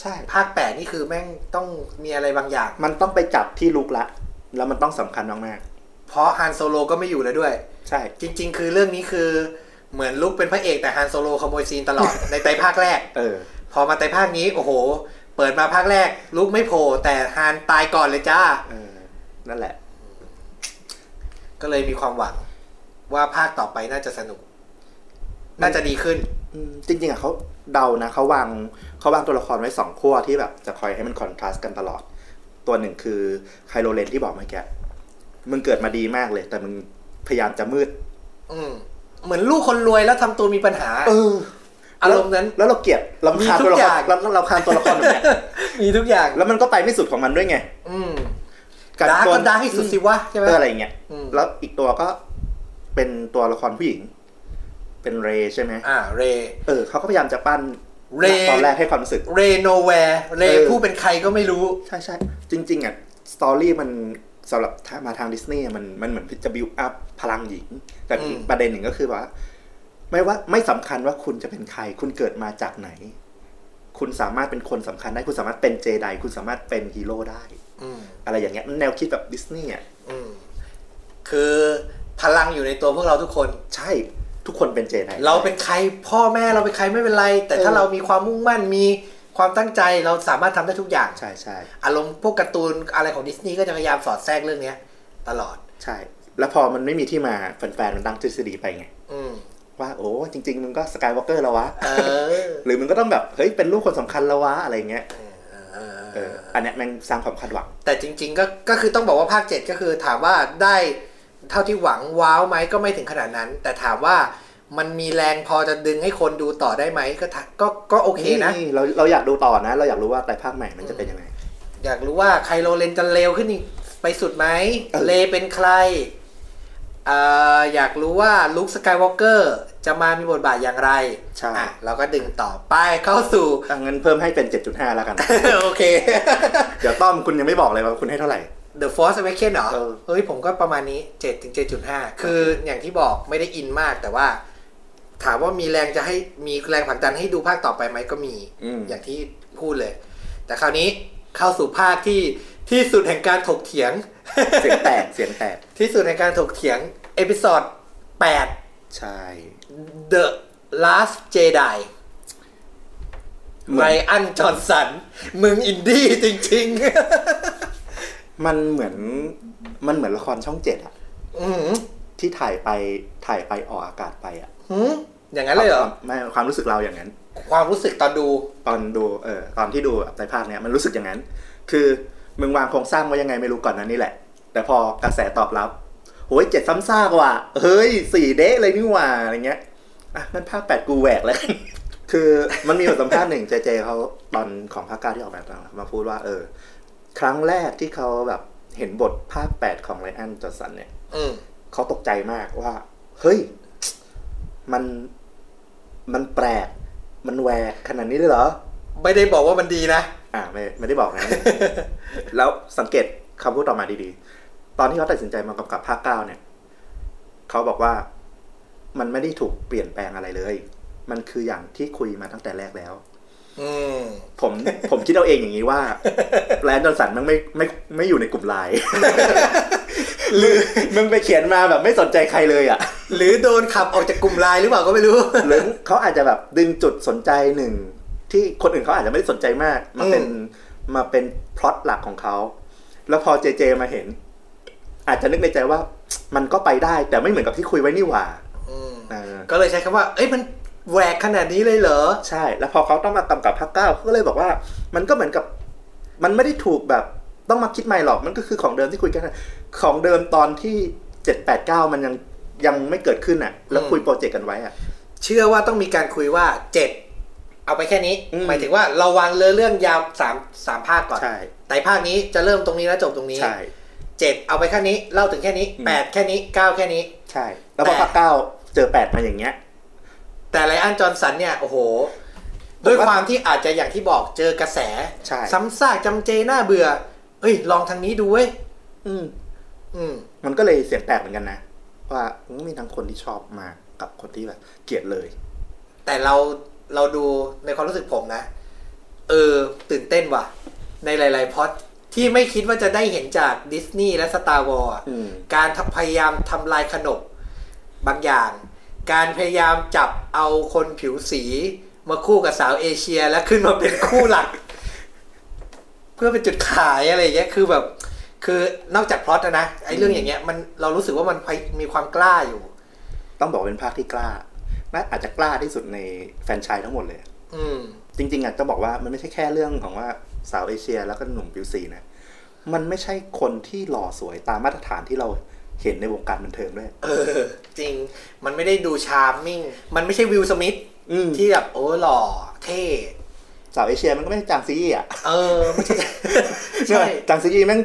ใช่ ภาคแปดนี่คือแม่งต้องมีอะไรบางอย่าง มันต้องไปจับที่ลุกละ แล้วมันต้องสำคัญมาก เพราะฮันโซโลก็ไม่อยู่แล้วด้วย ๆใช่ จริง ๆ คือเรื่องนี้คือเหมือนลุกเป็นพระเอกแต่ฮันโซโลขโมยซีนต ลอด ในไตรภาคแรก เออ พอมาไตรภาคนี้ โอ้โห เปิดมาภาคแรก ลุกไม่โผล่แต่ฮานตายก่อนเลยจ้า เออ นั่นแหละ ก็เลยมีความหวัง ว่าภาคต่อไปน่าจะสนุก น่าจะดีขึ้น อืมจริงๆอะเขาเดานะเขาวางเขาวางตัวละครไว้สองขั้วที่แบบจะคอยให้มันคอนทราสต์กันตลอด ตัวหนึ่งคือไคโรเลนที่บอกเมื่อกี้มึงเกิดมาดีมากเลย แต่มึงพยายามจะมืด อืมเหมือนลูกคนรวยแล้วทำตัวมีปัญหา เออ อารมณ์นั้น แล้วเราเกลียดรำคาญ มีทุกตัวละอคร ย่าง เราเราคาญตัวละครแบบเนี้ย มีทุกอย่าง แล้วมันก็ไปไม่สุดของมันด้วยไง อืม บ ดาร์ก ตัว ก็ดาร์กที่สุดสิวะใช่ไหม เอออะไรอย่างเงี้ย อืม แล้วอีกตัวก็เป็นตัวละครผู้หญิง เป็นเรย์ใช่ไหม อ่า เร เออเขาก็พยายามจะปั้น เรย์ ตอนแรกให้ความรู้สึก เรโนแวร์เร เออ ผู้เป็นใครก็ไม่รู้ ใช่ใช่จริง ๆอ่ะสตอรี่มันสำหรับถ้ามาทางดิสนีย์อะมันมันเหมือนจะบิวอัพพลังหญิง แต่ อืม ประเด็นหนึ่งก็คือว่า ไม่ว่าไม่สำคัญว่าคุณจะเป็นใคร คุณเกิดมาจากไหน คุณสามารถเป็นคนสำคัญได้ คุณสามารถเป็นเจไดคุณสามารถเป็นฮีโร่ได้ อืม อะไรอย่างเงี้ยมันแนวคิดแบบดิสนีย์อ่ะ อืม คือพลังอยู่ในตัวพวกเราทุกคน ใช่ทุกคนเป็นเจได เราเป็นใครพ่อแม่เราเป็นใครไม่เป็นไร แต่ถ้า เออ เรามีความมุ่งมั่นมีความตั้งใจเราสามารถทำได้ทุกอย่าง ใช่ใช่ อารมณ์พวกการ์ตูนอะไรของดิสนีย์ก็จะพยายามสอดแทรกเรื่องเนี้ย ตลอด ใช่ แล้วพอมันไม่มีที่มาแฟนๆมันตั้งทฤษฎีไปไง อืม ว่าโอ้จริง ๆ มึงก็สกายวอล์กเกอร์แล้ววะ เออ หรือมึงก็ต้องแบบเฮ้ยเป็นลูกคนสำคัญแล้ววะอะไรเงี้ย เออ เอออันเนี้ยแม่งสร้างความคาดหวัง แต่จริง ๆ ก็ ก็คือต้องบอกว่าภาค 7 ก็คือถามว่าได้เท่าที่หวังว้าวไหมก็ไม่ถึงขนาดนั้น แต่ถามว่ามันมีแรงพอจะดึงให้คนดูต่อได้ไหมก็ถก็ก็โอเคนะ เราเราอยากดูต่อนะ เราอยากรู้ว่าไตรภาคใหม่มันจะเป็นยังไง อยากรู้ว่าไคโลเลนจะเร็วขึ้นอีกไปสุดไหม เออ เลเป็นใครเอ่ออยากรู้ว่าลุคสกายวอล์กเกอร์จะมามีบทบาทอย่างไร ใช่ อ่ะเราก็ดึงต่อไปเข้าสู่ อ่ะงั้นเพิ่มให้เป็น 7.5 แล้วกัน โอเค เดี๋ยวต้อมคุณยังไม่บอกเลยว่าคุณให้เท่าไหร่ The Force Awakens เหรอ เออ เฮ้ยผมก็ประมาณนี้ 7 ถึง 7.5 คืออย่างที่บอกไม่ได้อินมากแต่ว่า ถามว่ามีแรงจะให้มีแรงผลักดันให้ดูภาคต่อไปไหมก็มี อืม อย่างที่พูดเลย แต่คราวนี้เข้าสู่ภาคที่ที่สุดแห่งการถกเถียง เสียงแตกเสียงแตก ที่สุดแห่งการถกเถียง เอพิ o d ด ใช่ 8 The Last Jedi เหมื ไร อน อันจอห์นสัน มึงอินดี้จริง มันเหมือนมันเหมือนละครช่องเจ็ดอะ ๆ อืม ที่ถ่ายไปถ่ายไปออกอากาศไปอะ หืมอย่างนั้นเลยเหรอ ไม่ความรู้สึกเราอย่างนั้น ความรู้สึกตอนดู ตอนดูเออตอนที่ดูไตรภาคเนี้ยมันรู้สึกอย่างนั้น คือมึงวางโครงสร้างไว้ยังไงไม่รู้ก่อนหนั้นนี่แหละ แต่พอกระแสตอบรับโหยเจ็ดซ้ำซากว่ะเฮ้ยสี่เดะเลยนี่หว่าอะไรเงี้ยอ่ะนั่นภาคแปดกูแหวกแล้ว คือมันมีบทสัมภาษณ์หนึ่งเจเจเขาตอนของภาคเก้าที่ออกแบบตอนหลังมาพูดว่าเออ ครั้งแรกที่เขาแบบเห็นบทภาคแปดของไรอันจอสันเนี่ย อืม เขาตกใจมากว่า เฮ้ย มันมันแปลก มันแหวกขนาดนี้เลยเหรอ ไม่ได้บอกว่ามันดีนะ อ่าไม่ไม่ได้บอกนะ แล้วสังเกตคำพูดต่อมาดีๆ ตอนที่เขาตัดสินใจมากำกับภาคเก้าเนี่ย เขาบอกว่ามันไม่ได้ถูกเปลี่ยนแปลงอะไรเลย มันคืออย่างที่คุยมาตั้งแต่แรกแล้ว อืม ผม ผมคิดเอาเองอย่างนี้ว่า แลนดอนสันมันไม่ไม่ไม่อยู่ในกลุ่มไลน์ หรือมึงไปเขียนมาแบบไม่สนใจใครเลยอ่ะ หรือโดนขับออกจากกลุ่มไลน์หรือเปล่าก็ไม่รู้ หรือเขาอาจจะแบบดึงจุดสนใจหนึ่งที่คนอื่นเขาอาจจะไม่ได้สนใจมากมาเป็นมาเป็นพล็อตหลักของเขา แล้วพอเจเจมาเห็น อาจจะนึกในใจว่ามันก็ไปได้แต่ไม่เหมือนกับที่คุยไว้นี่หว่า อืม เออ ก็เลยใช้คำว่า เอ้ยมันแหวกขนาดนี้เลยเหรอ ใช่ แล้วพอเขาต้องมากำกับภาคเก้าเขาก็เลยบอกว่า มันก็เหมือนกับ มันไม่ได้ถูกแบบต้องมาคิดใหม่หรอกมันก็คือของเดิมที่คุยกันน่ะของเดิมตอนที่เจ็ดแปดเก้ามันยังยังไม่เกิดขึ้นอ่ะ แล้วคุยโปรเจกต์กันไว้อ่ะ เชื่อว่าต้องมีการคุยว่าเจ็ดเอาไปแค่นี้ อืม หมายถึงว่าเราวางเรือเรื่องยาวสามสามภาคก่อน ใช่ แต่ภาคนี้จะเริ่มตรงนี้แล้วจบตรงนี้ ใช่ เจ็ดเอาไปแค่นี้เล่าถึงแค่นี้ อืม แปดแค่นี้เก้าแค่นี้ ใช่ แล้วพอ แต่ ภาคเก้าเจอแปดมาอย่างเงี้ย แต่ไรอันจอห์นสันเนี่ย โอ้โห ด้วยความที่อาจจะอย่างที่บอกเจอกระแส ใช่ ซ้ำซากจำเจน่าเบื่อ เอ้ย ลองทางนี้ดูเว้ย อืม อืม มันก็เลยเสียงแตกเหมือนกันนะ ว่ามันมีทั้งคนที่ชอบมากกับคนที่แบบเกลียดเลย แต่เราเราดูในความรู้สึกผมนะ เออ ตื่นเต้นว่ะ ในหลาย ๆพล็อดที่ไม่คิดว่าจะได้เห็นจากดิสนีย์และสตาร์วอร์ อืม การทำพยายามทำลายขนบบางอย่าง การพยายามจับเอาคนผิวสี มาคู่กับสาวเอเชีย และขึ้นมาเป็นคู่หลัก เพื่อเป็นจุดขายอะไรอย่างเงี้ยคือแบบ คือนอกจากพล็อตนะนะไอ้เรื่องอย่างเงี้ยมันเรารู้สึกว่ามันมีความกล้าอยู่ ต้องบอกว่าเป็นภาคที่กล้า น่าอาจจะกล้าที่สุดในแฟรนไชายทั้งหมดเลย อืม จริง ๆอ่ะจะบอกว่ามันไม่ใช่แค่เรื่องของว่าสาวเอเชียแล้วก็หนุ่มผิวสีนะ มันไม่ใช่คนที่หล่อสวยตามมาตรฐานที่เราเห็นในวงการบันเทิงด้วย เออจริงมันไม่ได้ดูชาร์มมิ่ง มันไม่ใช่วิลสมิธ อืม ที่แบบโอ้หล่อเท่ สาวเอเชียมันก็ไม่ใช่จางซีอีอ่ะ เออไม่ใช่ ใช่ จางซีอีแม่ง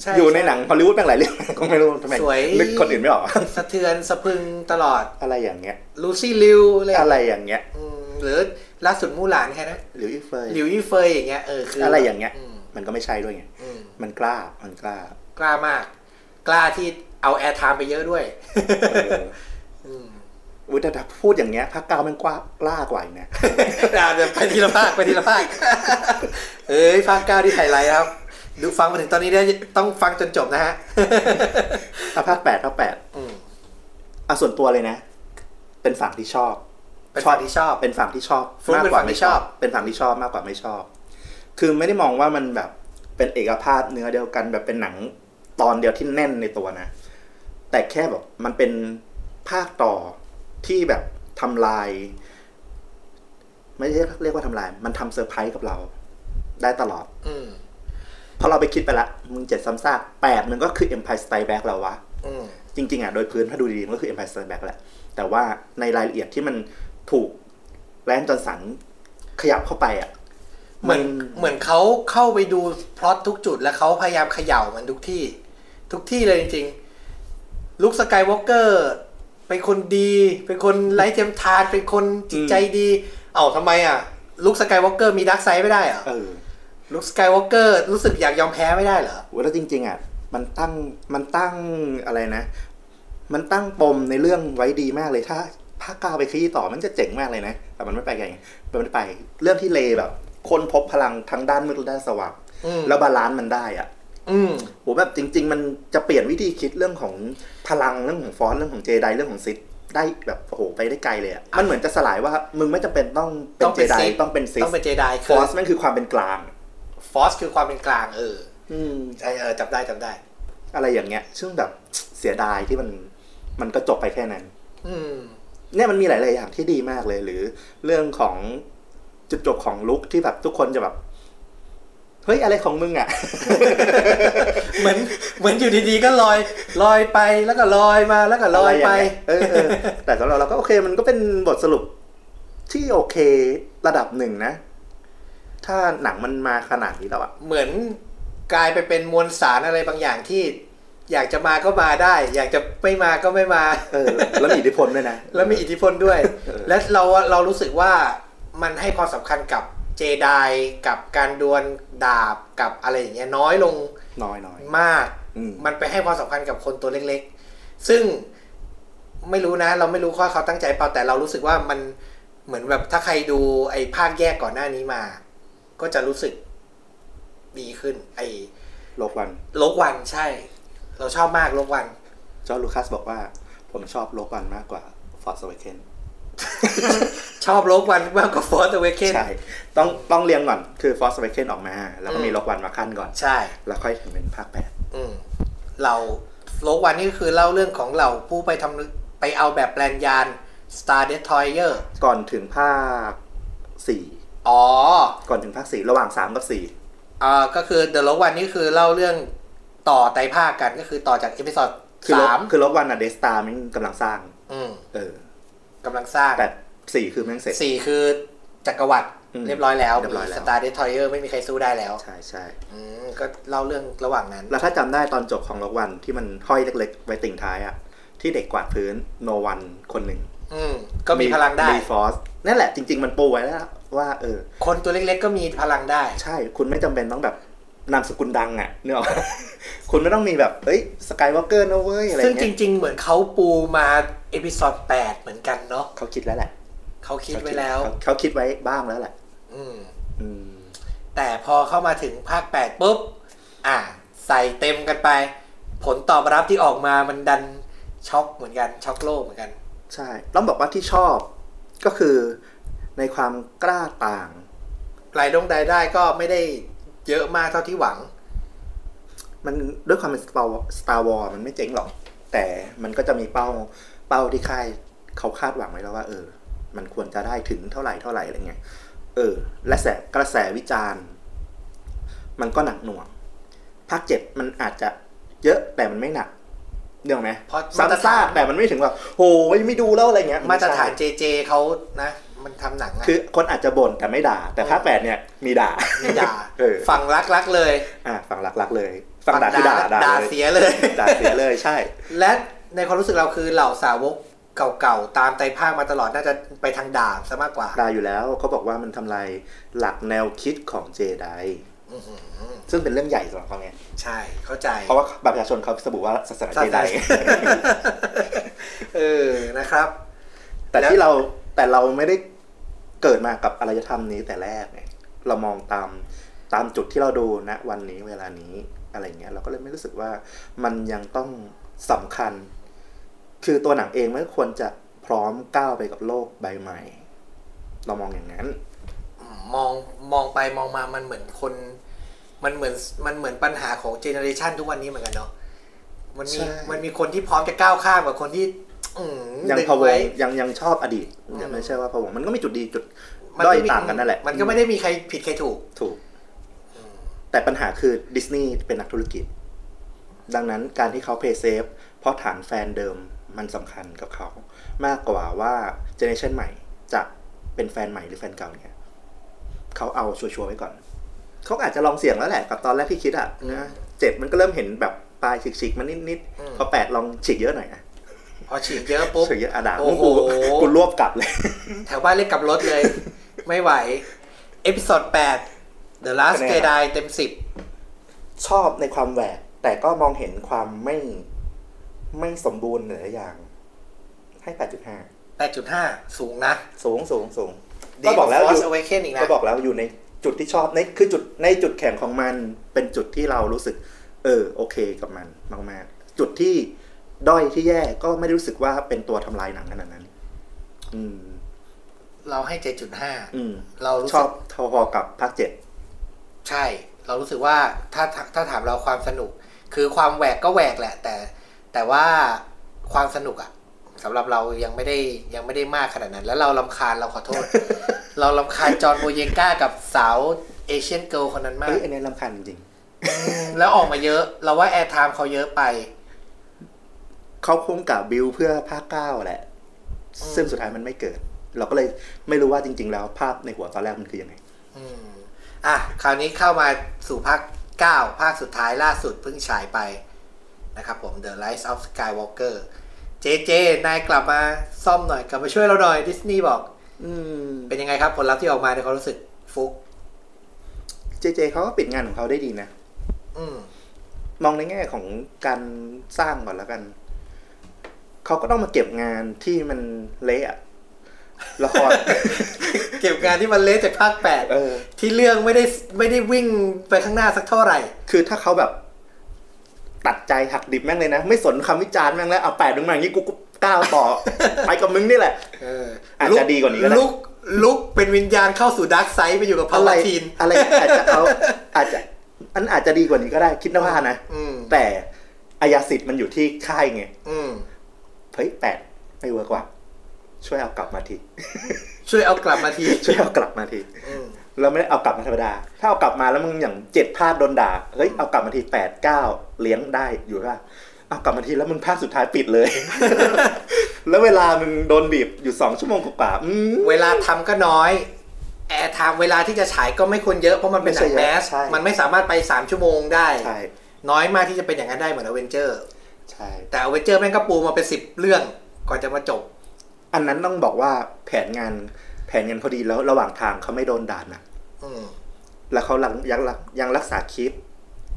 ใช่ อยู่ใน ใช่ หนังฮอลลีวูดแม่งหลายเรื่อง ก็ไม่รู้ทำไม สวย นึกคนอื่นไม่ออก สะเทือนสะพรึงตลอด อะไรอย่างเงี้ย ลูซี่ลิวอะไร อะไรอย่างเงี้ย อืมหรือล่าสุดมู่หลานแค่นั้น หรืออีเฟย หลิวยี่เฟยอย่างเงี้ยเออคือ อะไรอย่างเงี้ย ม มันก็ไม่ใช่ด้วยไง อืม มันกล้า มันกล้าก ล้ามาก กล้าที่เอาแอร์ไทม์ไปเยอะด้วย เออ อุ้ยแต่ถ้าพูดอย่างเงี้ยภาคเก้ามันกว้ากล้ากว่าอีกนะ อ่ะเดี๋ยวไปทีละภาคไปทีละภาค เอ้ยภาคเก้าที่ไฮไลท์ครับ ดูฟังมาถึงตอนนี้ได้ต้องฟังจนจบนะฮะ อ่ะภาคแปดภาคแปด อืม อ่ะส่วนตัวเลยนะ เป็นฝั่งที่ชอบ เป็นฝั่งที่ชอบ เป็นฝั่งที่ชอบ ฟลุ๊ก มาก เป็น ก ฝั่ ว่าง ที่ ไม่ ช ช อ อบ บ เป็นฝั่งที่ชอบมากกว่าไม่ชอบ คือไม่ได้มองว่ามันแบบเป็นเอกภาพเนื้อเดียวกันแบบเป็นหนังตอนเดียวที่แน่นในตัวนะ แต่แค่แบบมันเป็นภาคต่อที่แบบทำลาย ไม่ใช่เรียกว่าทำลาย มันทำเซอร์ไพรส์กับเรา ได้ตลอด อืม เพราะเราไปคิดไปละมึงเจ็ดซ้ำซากแปดมึงก็คือ Empire Strikes Back แล้ววะ อืม จริงๆอ่ะโดยพื้นถ้าดูดีๆ มันก็คือ Empire Strikes Back แหละ แต่ว่าในรายละเอียดที่มันถูกแลนจอนสันขยับเข้าไปอ่ะ เหมือนเหมือนเขาเข้าไปดูพล็อตทุกจุด แล้วเขาพยายามเขย่ามันทุกที่ ทุกที่เลยจริงๆลุคสกายวอล์กเกอร์เป็นคนดี เป็นคนไร้เทียมทาน เป็นคนจิตใจดี เอ้าทำไมอ่ะลุคสกายวอล์กเกอร์มีดักไซด์ไม่ได้เหรอ เออ ลุคสกายวอล์กเกอร์รู้สึกอยากยอมแพ้ไม่ได้เหรอ โหแล้วจริง ๆอ่ะมันตั้งมันตั้งอะไรนะ มันตั้งปมในเรื่องไว้ดีมากเลยถ้าภาคเก้าไปขี้ต่อมันจะเจ๋งมากเลยนะ แต่มันไม่ไปไงมันไม่ไป เรื่องที่เลแบบ คนพบพลังทั้งด้านมืดและด้านสว่าง อืม แล้วบาลานซ์มันได้อ่ะ อืม โหแบบจริง ๆ มันจะเปลี่ยนวิธีคิดเรื่องของพลังเรื่องของฟอนต์เรื่องของเจไดเรื่องของซิดได้แบบโอ้โหไปได้ไกลเลยอะมันเหมือนจะสลายว่ามึงไม่จำเป็นต้องเป็ ต้ น อง เจ เป็น ได ซิส ต้องเป็นซิด ต้องเป็นเจได ฟ คือ อสมันคือความเป็นกลาง ฟอสคือความเป็นกลางเออ อืม ใช่เออจำได้จำได้ อะไรอย่างเงี้ย ซึ่งแบบเสียดายที่มันมันก็จบไปแค่นั้น อื ม เนี่ยมันมีหลาย ๆ อย่างที่ดีมากเลย หรือเรื่องของจุดจบของลุคที่แบบทุกคนจะแบบเฮ้ยอะไรของมึงอะ เหมือนเหมือนอยู่ดีๆก็ลอย ลอยไปแล้วก็ลอยมาแล้วก็ลอยไป เออเออแต่สำหรับเราก็โอเคมันก็เป็นบทสรุปที่โอเคระดับหนึ่งนะ ถ้าหนังมันมาขนาดนี้แล้วอะ เหมือนกลายไปเป็นมวลสารอะไรบางอย่างที่ อยากจะมาก็มาได้ อยากจะไม่มาก็ไม่มา เออ แล้วมีอิทธิพลด้วยนะ แล้วมีอิทธิพลด้วย เออ และเราเรารู้สึกว่ามันให้ความสำคัญกับเจไดกับการดวลดาบกับอะไรอย่างเงี้ยน้อยลง น้อยน้อย มาก อืม มันไปให้ความสำคัญกับคนตัวเล็กๆ ซึ่งไม่รู้นะ เราไม่รู้ว่าเขาตั้งใจเปล่าแต่เรารู้สึกว่ามันเหมือนแบบถ้าใครดูไอ้ภาคแยกก่อนหน้านี้มา ก็จะรู้สึกดีขึ้น ไอ้ โลกวัน โลกวันใช่ เราชอบมากโลกวัน จอร์จลูคัสบอกว่า ผมชอบโลกวันมากกว่าฟอร์สเวเคน ชอบโลกวันมากกว่าฟอร์สเวเกน ใช่ ต้องต้องเรียงก่อน คือฟอร์สเวเคนออกมา แล้วก็ อืม มีโลกวันมาขั้นก่อน ใช่ แล้วค่อยถึงเป็นภาคแปด อืมเราโลกวันนี่ก็คือเล่าเรื่องของเราผู้ไปทำไปเอาแบบแปลนยาน Star Destroyer ก่อนถึงภาคสี่ อ๋อ ก่อนถึงภาคสี่ระหว่างสามกับสี่ อ่าก็คือเดอะล็อกวันนี่คือเล่าเรื่องต่อไตรภาคกันก็คือต่อจากเอพิ o d ด คือโลก สาม คือโลกวันอะเดสตาร์มันกำลังสร้าง อืม เออ กำลังสร้าง แต่สี่คือแม่งเสร็จ สี่คือจักรวรรดิ อืม เรียบร้อยแล้ว เรียบร้อยแล้ว สตาร์เดททอยเออร์ไม่มีใครสู้ได้แล้ว ใช่ใช่ อืมก็เล่าเรื่องระหว่างนั้น แล้วถ้าจำได้ตอนจบของล็อกวันที่มันห้อยเล็กๆ ไว้ติ่งท้ายอะที่เด็กกวาดพื้นโนวันคนหนึ่ง อืมก็มีพลังได้ ฟอสนั่นแหละจริง ๆ มันปูไว้แล้ว ว่าเออ คนตัวเล็กๆก็มีพลังได้ ใช่คุณไม่จำเป็นต้องแบบนามส กุลดังอะเนกอะ คุณไม่ต้องมีแบบ เอ้ยสกายวอล์กเกอร์นะเว้ย อะไร ซึ่งจ เงี้ย ริง ๆ เหมือนเขาปูมาเอพิ o d ดแปดเหมือนกันเนาะ เขาคิดแล้วแหละ เขาคิดไว้แล้ว เขาเขาคิดไว้บ้างแล้วแหละ อืม อืม แต่พอเข้ามาถึงภาค 8 ปุ๊บ อ่ะ ใส่เต็มกันไป ผลตอบรับที่ออกมามันดันช็อกเหมือนกัน ช็อกโลกเหมือนกัน ใช่ต้องบอกว่าที่ชอบก็คือในความกล้าต่าง รายดงรายได้ก็ไม่ได้เยอะมากเท่าที่หวัง มันด้วยความเป็นสตาร์สตาร์วอมันไม่เจ๊งหรอก แต่มันก็จะมีเป้าเป้าที่ค่ายเขาคาดหวังไว้แล้วว่า เออ มันควรจะได้ถึงเท่าไหร่เท่าไหร่อะไรเงี้ยเออ และแสกระแสวิจารณ์ มันก็หนักหน่วงภาคเจ็ดมันอาจจะเยอะแต่มันไม่หนักเรื่องไหม เพราะมาตรฐาซ้ำซาน กแต่มันไม่ถึงแบบโอ้ยไม่ดูแล้วอะไรเงี้ย มาตรฐาน ไใช่ JJ เขานะ มันทำหนังอะ คือคนอาจจะบ่นแต่ไม่ด่า แต่ภาคแปดเนี่ย มีด่า มีด่า เออ ฝั่งรักรักๆเลย อ่ะฝั่งหลักๆเลยฝั่งด่าคือด่า ด่า ด่าเลย เสียเลย ด่าเสียเลยใช่ และในความรู้สึกเราคือเหล่าสาวกเก่าๆ ตามไตรภาคมาตลอดน่าจะไปทางด่าซะมากกว่า ด่าอยู่แล้วเขาบอกว่ามันทำลายหลักแนวคิดของเจไดซึ่งเป็นเรื่องใหญ่สำหรับเขาไง ใช่เข้าใจ เพราะว่าบัตรประชาชน เขาสบุว่าศาสนาเจได เออนะครับ แต่ แล้ว ที่เราแต่เราไม่ได้เกิดมากับอารยธรรมนี้แต่แรกเนี่ยเรามองตามตามจุดที่เราดูณวันนี้เวลานี้อะไรเงี้ยเราก็เลยไม่รู้สึกว่ามันยังต้องสำคัญ คือตัวหนังเองไม่ควรจะพร้อมก้าวไปกับโลกใบใหม่ เรามองอย่างนั้น มองมองไปมองมามันเหมือนคน มันเหมือนมันเหมือนปัญหาของเจเนอเรชันทุกวันนี้เหมือนกันเนาะมันมี ใช่ มันมีคนที่พร้อมจะก้าวข้ามกับคนที่ อืม ยัง ดึ พะว ไว้ งยังยังชอบอดีตยังไม่ใช่ว่าพะวงมันก็มีจุดดีจุด มัน ด้อย ไม่มี ต่างกันนั่นแหละ มันก็ไม่ได้มีใครผิดใครถูก ถูก แต่ปัญหาคือดิสนีย์เป็นนักธุรกิจ ดังนั้นการที่เขาเพย์เซฟเพราะฐานแฟนเดิมมันสำคัญกับเขา มากกว่าว่าเจเนอเรชันใหม่จะเป็นแฟนใหม่หรือแฟนเก่าเนี่ยเขาเอาชัวร์ๆไว้ก่อน เขาอาจจะลองเสี่ยงแล้วแหละกับตอนแรกที่คิดอ่ะ อืม นะเจ็ดมันก็เริ่มเห็นแบบปลายฉีกๆ มันนิด อืม ๆพอแปดลองฉีกเยอะหน่อยนะ พอฉีดเยอะปุ๊บ ฉีกเยอะอะดา โอ้โห กูกู รวบกลับเลย แถวบ้านเรียกกลับรถ เลย ไม่ไหว เอพิ o d ดแปด The Last คะแนนอะ Jedi เต็มสิบ ชอบในความแหวก แต่ก็มองเห็นความไม่ไม่สมบูรณ์หลายอย่าง ให้ 8.5 แปดจุดห้าสูงนะ สูงสูงสูงก็บอกแล้ว อ อยู่ ยู่ เอาไว้เนอีกนะ ก็บอกแล้วอยู่ในจุดที่ชอบในคือจุดในจุดแข็งของมันเป็นจุดที่เรารู้สึก เออ โอเคกับมันมากๆจุดที่ด้อยที่แย่ก็ไม่ได้รู้สึกว่าเป็นตัวทำลายหนังขนาดนั้น อืม เราให้เจจุดห้า อืม เรารู้ ช สึ อก บพอๆกับภาคเจ็ด ใช่ เรารู้สึกว่าถ้าถ้าถามเราความสนุก คือความแหวกก็แหวกแหละ แต่ แต่ว่าความสนุกอะสำหรับเรายังไม่ได้ยังไม่ได้มากขนาดนั้น แล้วเราลำคาญเราขอโทษ เราลำคาญจอห์นโบเยงก้ากับสาวเอเชียนเกิลคนนั้นมาก เอ้ยอันนี้ลำคัญจริง อืมแล้วออกมาเยอะ เราว่าแอร์ไทม์เขาเยอะไป ๆเขาคงกับบิวเพื่อภาคเก้าแหละ ซึ่งสุดท้ายมันไม่เกิด เราก็เลยไม่รู้ว่าจริง ๆ แล้วภาพในหัวตอนแรกมันคือยังไง อืมอ่ะ คราวนี้เข้ามาสู่ภาค 9 ภาคสุดท้ายล่าสุดเพิ่งฉายไปนะครับผม The Rise of Skywalker เจเจ นายกลับมาซ่อมหน่อย กลับมาช่วยเราหน่อย ดิสนีย์บอก อืม เป็นยังไงครับ ผลลัพธ์ที่ออกมาในความรู้สึกฟุก เจเจเขาก็ปิดงานของเขาได้ดีนะ อืม มองในแง่ของการสร้างก่อนแล้วกัน เขาก็ต้องมาเก็บงานที่มันเละอะละคร เก็บงานที่มันเละจากภาค เออ 8 ที่เรื่องไม่ได้ไม่ได้วิ่งไปข้างหน้าสักเท่าไหร่ คือถ้าเขาแบบ ตัดใจหักดิบแม่งเลยนะ ไม่สนคำวิจารณ์แม่งแล้วเอาแปดนึงมาอย่างนี้กูกูก้าว ต่อ ไปกับมึงนี่แหละ เอออา อาจจะดีกว่านี้ก็ได้ ลุกลุกเป็นวิญญาณเข้าสู่ดาร์กไซด์ไปอยู่กับพา อะไร ลาทีน อะไรอาจจะเอาอาจจะอันอาจจะดีกว่านี้ก็ได้ คิดนะว่านะ อืม แต่อายาสิทธิ์มันอยู่ที่ค่ายไง อืม เฮ้ยแปดไม่เวิร์กว่ะช่วยเอากลับมาที ช่วยเอากลับมาที ช่วยเอากลับมาที อืม เราไม่ได้เอากลับมาธรรมดา ถ้าเอากลับมาแล้วมึงอย่างเจ็ดพลาดโดนด่าเฮ้ยเอากลับมาทีแปดเก้าเลี้ยงได้อยู่ป่ะเอากลับมาทีแล้วมึงพลาดสุดท้ายปิดเลย แล้วเวลามึงโดนบีบอยู่สองชั่วโมงกว่าๆอืม เวลาทำก็น้อย แอร์ไทม์เวลาที่จะฉายก็ไม่ควรเยอะเพราะมันเป็นหนั ไม่ ง ใช่ แมส ใช่ มันไม่สามารถไป 3 ชั่วโมงได้ ใช่ น้อยมากที่จะเป็นอย่างนั้นได้เหมือนอเวนเจอร์ ใช่ แต่อเวนเจอร์แม่งก็ปูมาเป็น 10 เรื่องก่อนจะมาจบ อันนั้นต้องบอกว่าแผนงานแผนงานเขาดีแล้วระหว่างทางเขาไม่โดนด่าหนะ อืม แล้วเขายังยังรักยังรักษาคลิป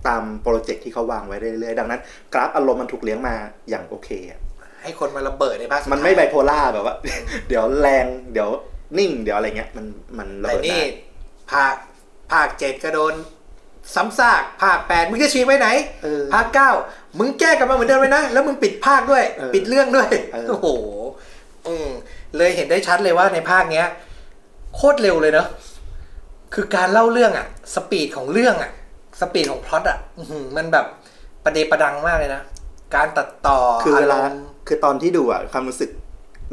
ตามโปรเจกต์ที่เขาวางไว้เรื่อยๆ ดังนั้น กราฟอารมณ์มันถูกเลี้ยงมาอย่างโอเคอะ ให้คนมาระเบิดในภาคสุด มันไม่ไบ ท้าย โพล่าแบบว่า เดี๋ยวแรงเดี๋ยวนิ่ง เดี๋ยวอะไรเงี้ย มันมันระ แต่ เบิด นี่ ได้ ภาคภาคเจ็ดก็โดนซ้ำซากภาคแปดมึงจะชี้ไปไหน เออ ภาคเก้ามึงแก้กลับมาเหมือนเดิมเลยนะ แล้วมึงปิดภาคด้วย เออ ปิดเรื่องด้วย เออ โอ้โห อืมเลยเห็นได้ชัดเลยว่าในภาคเนี้ย โคตรเร็วเลยเนอะคือการเล่าเรื่องอะสปีดของเรื่องอะสปีดของพล็อตอะอื้อหือมันแบบประเดประดังมากเลยนะ การตัดต่อ คือเวลา รมณ์ คือตอนที่ดูอ่ะ ความรู้สึก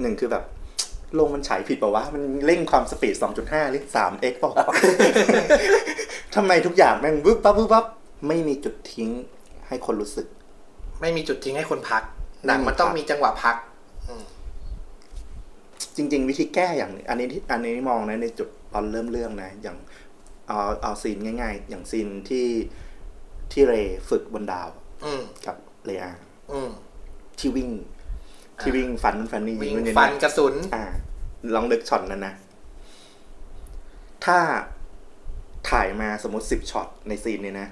หนึ่งคือแบบ ลงมันฉายผิดเปล่าวะ มันเร่งความสปีด 2.5 หรือ 3x เปล่า วะ ทำไมทุกอย่างแม่งวึบปั๊บวึบปั๊บไม่มีจุดทิ้งให้คนรู้สึก ไม่มีจุดทิ้งให้คนพัก หนังมันต้องมีจังหวะพัก จริงๆ วิธีแก้อย่างหนึ่งอันนี้ที่อันนี้มองนะในจุดตอนเริ่มเรื่องนะ อย่างเอาเอาซีนง่าย ๆ อย่างซีนที่ที่เรย์ฝึกบนดาว อืม กับเรอา อืม ที่วิ่ง ที่วิ่งฟันนู่นฟันนี่ วิ่ง นู่นนี่ ฟันกระสุน อ่า ลองเลือกช็อตนั้นนะ ถ้าถ่ายมาสมมติสิบช็อตในซีนนี้นะ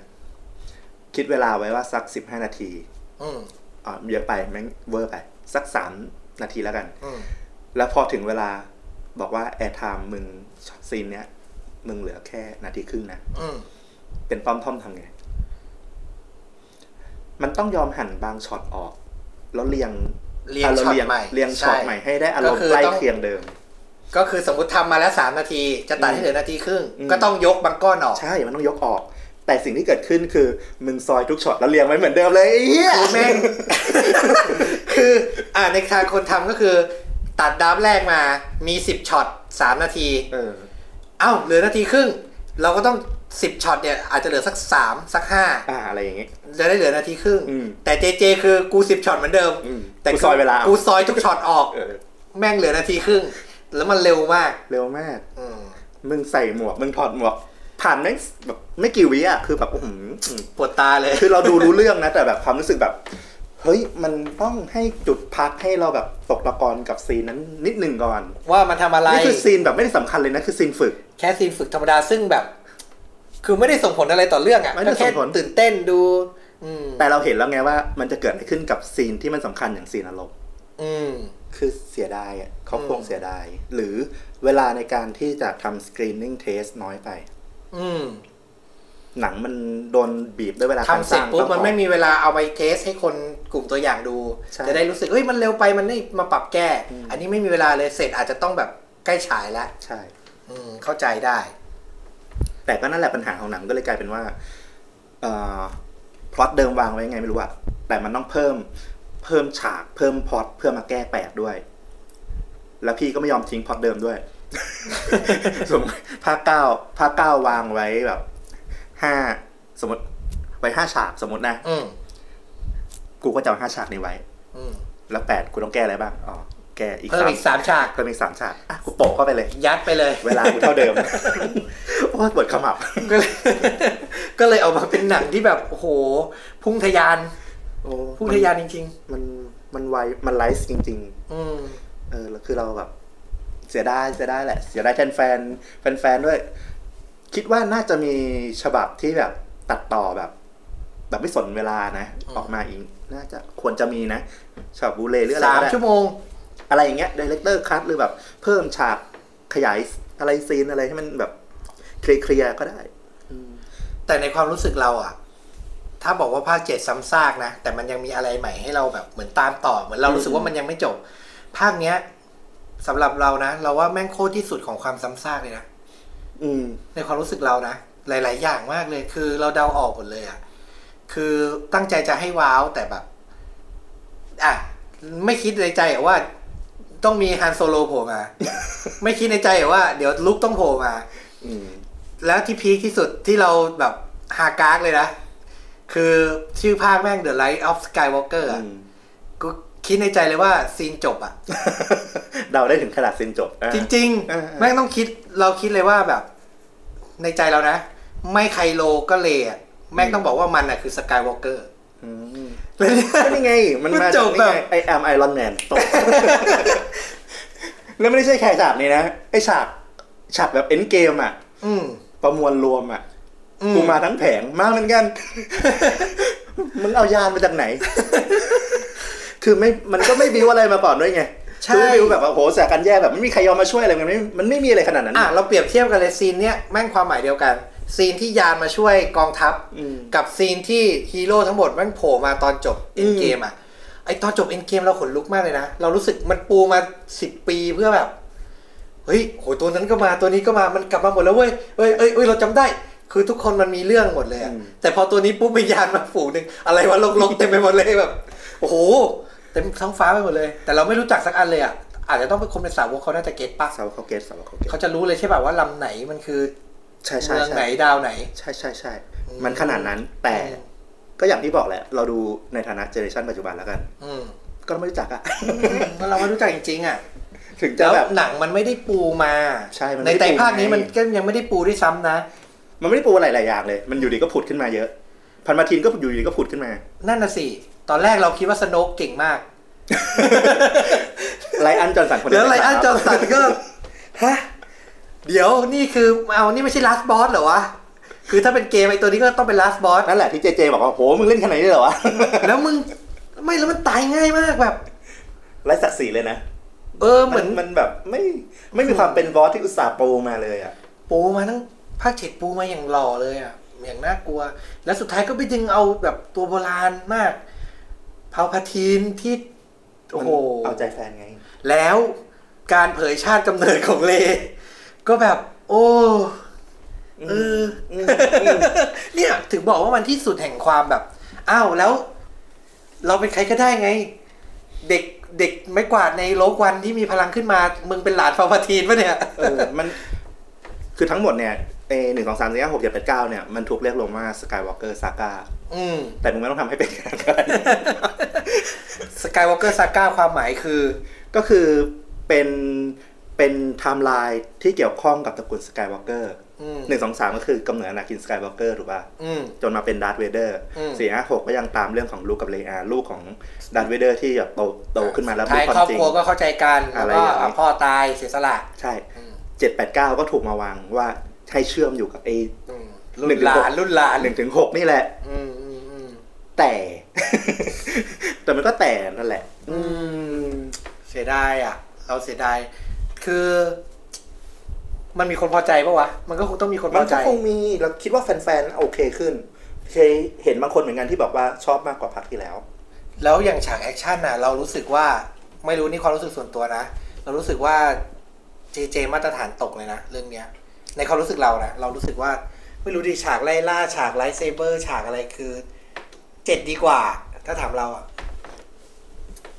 คิดเวลาไว้ว่าสักสิบห้านาที อืม อ่าเยอะไปแม่งเวอร์ไป สักสามนาทีแล้วกัน อืม แล้วพอถึงเวลาบอกว่าแอร์ไทม์มึงซีนเนี้ยมึงเหลือแค่นาทีครึ่งนะ อืม เป็นป้อมท่อมทำไง มันต้องยอมหั่นบางช็อตออก แล้วเรียง เรียง ะแว ช็อตใหม่ เรียงช็อต ช่ ใหม่ให้ได้อารม ก็ ณ์ คือ ใกล้ ต้อง เคียงเดิม ก็คือสมมติทำมาแล้วสามนาที จะตัดให้เหลือนาทีครึ่ง อืม ก็ต้องยกบางก้อนออก ใช่ มันต้องยกออก แต่สิ่งที่เกิดขึ้นคือ มึงซอยทุกช็อตแล้วเรียงไว้เหมือนเดิมเลยไอ้เหี้ย คือแม่ง คืออ่าในทางคนทำก็คือ ตัดดราฟต์แรกมามีสิบช็อตสามนาที เออ เอ้าเหลือนาทีครึ่ง เราก็ต้องสิบช็อตเนี่ย อาจจะเหลือสักสามสักห้า อ่า อะไรอย่างงี้ จะได้เหลือนาทีครึ่ง อืม แต่เจเจคือกูสิบช็อตเหมือนเดิม อืม แต่ กูซอยเวลา กูซอยทุกช็อตออก เออ แม่งเหลือนาทีครึ่ง แล้วมันเร็วมาก เร็วมาก อืม มึงใส่หมวก มึงถอดหมวก ผ่านแม่งแบบไม่กี่วิอ่ะ คือแบบอื้อหือ ปวดตาเลย คือเราดูรู้เรื่องนะ แต่แบบความรู้สึกแบบ เฮ้ย มันต้องให้จุดพักให้เราแบบตกตะกอนกับซีนนั้นนิดหนึ่งก่อน ว่ามันทำอะไร นี่คือซีนแบบไม่ได้สำคัญเลยนะ คือซีนฝึก แค่ซีนฝึกธรรมดาซึ่งแบบ คือไม่ได้ส่งผลอะไรต่อเรื่องอ่ะ ไม่ได้ ก็แค่ ส่งผล ตื่นเต้นดู อืม แต่เราเห็นแล้วไงว่ามันจะเกิดอะไรขึ้นกับซีนที่มันสำคัญอย่างซีนอารมณ์ อืม คือเสียดายอ่ะเขาคง อืม เสียดาย หรือเวลาในการที่จะทำสกรีนนิ่งเทสน้อยไป อืม หนังมันโดนบีบด้วยเวลาการ ทำเสร็จ าง ปุ๊บ ต้อง มัน ออก ไม่มีเวลาเอาไปเทสให้คนกลุ่มตัวอย่างดู ใช่ จะได้รู้สึกเอ้ยมันเร็วไปมันนี่มาปรับแก้ อืม อันนี้ไม่มีเวลาเลยเสร็จอาจจะต้องแบบใกล้ฉายแล้ว ใช่ อืม เข้าใจได้ แต่ก็นั่นแหละปัญหาของหนังก็เลยกลายเป็นว่าเอ่อพล็อตเดิมวางไว้ยังไงไม่รู้อะแต่มันต้องเพิ่มเพิ่มฉากเพิ่มพล็อตเพื่อมาแก้แปลกด้วย แล้วพี่ก็ไม่ยอมทิ้งพล็อตเดิมด้วย สมมติภาคเก้าภาคเก้าวางไว้แบบห้าสมมติไว้ห้าฉากสมมตินะ อืม กูก็จะเอาห้าฉากนี้ไว้ อืม แล้วแปดกูต้องแก้อะไรบ้างอ๋อแก้อีก เพิ่ม สาม อีกสามฉาก เพิ่มอีกสามฉากอ่ะกูโปะเข้าไปเลย ยัดไปเลย เวลากูเท่าเดิม โอ้ยปวดขมับ ก็เลย ก็เลยออกมาเป็นหนังที่แบบโอ้โห พุ่งทะยานพุ่งทะยานจริง มันมันไวมันไลฟ์จริง ๆ อืม ๆ เออแล้วคือเราแบบ เสียดายเสียดายแหละ เสียดายแทนแฟนแฟนแฟนๆด้วย คิดว่าน่าจะมีฉบับที่แบบตัดต่อแบบ แบบไม่สนเวลานะ อืม ออกมาอีก น่าจะควรจะมีนะฉบับบูเลหรืออะไร สาม ก็ได้ ชั่วโมง อะไรอย่างเงี้ยดีเลกเตอร์คัหรือแบบ เพิ่มฉากขยายอะไรซีนอะไรให้มันแบบเคลียร์ๆก็ได้ แต่ในความรู้สึกเราอะถ้าบอกว่าภาคเจ็ดซ้ำซากนะ แต่มันยังมีอะไรใหม่ให้เราแบบเหมือนตามต่อ เหมือนเรารู้สึกว่ามันยังไม่จบ ภาคเนี้ยสำหรับเรานะ เราว่าแม่งโคตรที่สุดของความซ้ำซากเลยนะ อืม ในความรู้สึกเรานะ หลาย ๆ อย่างมากเลย คือเราเดาออกหมดเลยอะคือตั้งใจจะให้ว้าวแต่แบบ อ่ะ ไม่คิดในใจอะว่า ต้องมีฮันโซโลโผล่มา ไม่คิดในใจอะว่าเดี๋ยวลุกต้องโผล่มา อืม แล้วที่พีคที่สุดที่เราแบบฮากากเลยนะ คือชื่อภาคแม่ง The Light of Skywalker อ่ะกูคิดในใจเลยว่าซีนจบอ่ะ เดาได้ถึงขนาดซีนจบอ่ะ จริง เออเออ ๆ แม่งต้องคิดเราคิดเลยว่าแบบ ในใจเรานะ ไม่ไคโลก็เลอะแม่งต้องบอกว่ามันอ่ะคือ Skywalker อืม แล้วเนี่ย ก็นี่ไง มันมัมาจากนจบ นี่ แบบ ไงไอแอมไอรอนแมนตก แล้วไม่ได้ใช่แค่ฉากนี้นะ ไอฉาก ฉากแบบเอ็นเกมอ่ะ อืม ประมวลรวมอ่ะ อืม กูมาทั้งแผง มาเหมือนกัน มึงเอายานมาจากไหน คือไม่ มันก็ไม่บิวอะไรมาก่อนด้วยไง ใช่ คือไม่บิวแบบว่าโหสถานการณ์แย่แบบไม่มีใครยอมมาช่วยอะไรมันไม่มันไม่มีอะไรขนาดนั้น อ่ะเราเปรียบเทียบกันเลยซีนเนี้ยแม่งความหมายเดียวกัน ซีนที่ยานมาช่วยกองทัพ อืม กับซีนที่ฮีโร่ทั้งหมดแม่งโผล่มาตอนจบเอ็นเกมอ่ะไอตอนจบเอ็นเกมเราขนลุกมากเลยนะ เรารู้สึกมันปูมาสิบปีเพื่อแบบ เฮ้ยโหตัวนั้นก็มาตัวนี้ก็มามันกลับมาหมดแล้วเว้ยเอ้ยเอ้ยเอ้ยเราจำได้ คือทุกคนมันมีเรื่องหมดเลยอะแต่พอตัวนี้ปุ๊บมียานมาฝูงหนึ่งอะไรวะลกๆเต็มไปหมดเลยแบบ โอ้โหเต็มท้องฟ้าไปหมดเลย แต่เราไม่รู้จักสักอันเลยอ่ะอาจจะต้องเป็นคนเป็นสาวกเขาน่าจะเก็ตปะ เสาเขาเกตเสาเขาเกต เขาจะรู้เลยใช่ป่ะว่าลำไหนมันคือ ใช่ใช่ เมือง ใช่ ไหนดาวไหน ใช่ใช่ใช่ อืม มันขนาดนั้นแต่ อืม ก็อย่างที่บอกแหละ เราดูในฐานะเจเนอเรชันปัจจุบันแล้วกัน อืม ก็ไม่รู้จักอะ เราไม่รู้จักจริงๆอ่ะ ถึงจะ แล้ว แบบ หนังมันไม่ได้ปูมา ใช่มันไม่ ใน ได้ปู แต่ภาคนี้ ไง มันก็ยังไม่ได้ปูด้วยซ้ำนะ มันไม่ได้ปูอะไรหลายอย่างเลย มันอยู่ดีก็ผุดขึ้นมาเยอะ พันมาทินก็อยู่ดีก็ผุดขึ้นมา นั่นน่ะสิ ตอนแรกเราคิดว่าสโนกเก่งมาก ไลอันจอห์นสันคนเดี แล้ว ว ไลอ้อนจอร์สันก็ ฮะ เดี๋ยวนี่คือเอานี่ไม่ใช่ลาสบอสเหรอวะ คือถ้าเป็นเกมไอตัวนี้ก็ต้องเป็นลาสบอส นั่นแหละที่เจเจบอกว่าโหมึงเล่นขนาดนี้เลยเหรอวะ แล้วมึงไม่แล้วมันตายง่ายมากแบบ ไร้ศักดิ์ศรีเลยนะ เออเหมือน มันแบบไม่ไม่มีความเป็นวอสที่อุตสาห์โปรมาเลยอ่ะ ปูมาทั้งภาคเจ็ดปูมาอย่างหล่อเลยอ่ะอย่างน่ากลัว แล้วสุดท้ายก็ไปดึงเอาแบบตัวโบราณมากเผาพาทีนที่โอ้โห มันเอาใจแฟนไง แล้วการเผยชาติกำเนิดของเล ก็แบบ โอ้เอออเนี่ยถึงบอกว่ามันที่สุดแห่งความแบบ อ้าวแล้ว เราเป็นใครก็ได้ไง เด็กเด็กไม่กวาดในโลกวันที่มีพลังขึ้นมา มึงเป็นหลานฟาวาทีนปะเนี่ย เออ มัน คือทั้งหมดเนี่ยเอหนึ่งสองสามสี่ห้าหกเจ็ดแปดเก้าเนี่ย มันถูกเรียกลงว่าสกายวอล์กเกอร์ซากา อืม แต่มึงไม่ต้องทำให้เป็นอย่างนั้นก็ ได้ สกายวอล์กเกอร์ซาก้าความหมายคือ ก็คือเป็นเป็นไทม์ไลน์ที่เกี่ยวข้องกับตระกูลสกายวอล์กเกอร์ อืม หนึ่งสองสามก็คือกำเนิดอนาคินสกายวอล์กเกอร์ถูกป่ะ อืม จนมาเป็นดาร์ธเวเดอร์ อืม สี่ห้าหกก็ยังตามเรื่องของลูกกับเลอาลูกของดาร์ธเวเดอร์ที่แบบโตโตขึ้นมาแล้วรู้ ท้าย ควา ครอ ม บ จริง ครัวก็เข้าใจกันแล้วก็ อะไรอย่างนี้ อ่ะพ่อตายเสียสละ ใช่ อืม เจ็ดแปดเก้าก็ถูกมาวางว่าให้เชื่อมอยู่กับไอ้ อืมรุ่ หนึ่ น งหถึง ลา หก นรุ่นหลาน หนึ่งถึงหกนี่แหละ อืมอืมอืม แต่ แต่มันก็แต่นั่นแหละ อืมเสียดายอ่ะ เราเสียดายคือ มันมีคนพอใจปะวะ มันก็คงต้องมีคนพ มั อนใจ ก็คงมีเราคิดว่าแฟนๆโอเคขึ้นเคยเห็นบางคนเหมือนกันที่บอกว่าชอบมากกว่าภาคที่แล้ว แล้วอย่างฉากแอคชั่นน่ะ เรารู้สึกว่าไม่รู้นี่ความรู้สึกส่วนตัวนะ เรารู้สึกว่าเจเจมาตรฐานตกเลยนะ เรื่องเนี้ย ในความรู้สึกเรานะเรารู้สึกว่าไม่รู้ดิฉากไล่ล่าฉากไลท์เซเบอร์ฉากอะไรคือเจ็ดดีกว่า ถ้าถามเราอ่ะ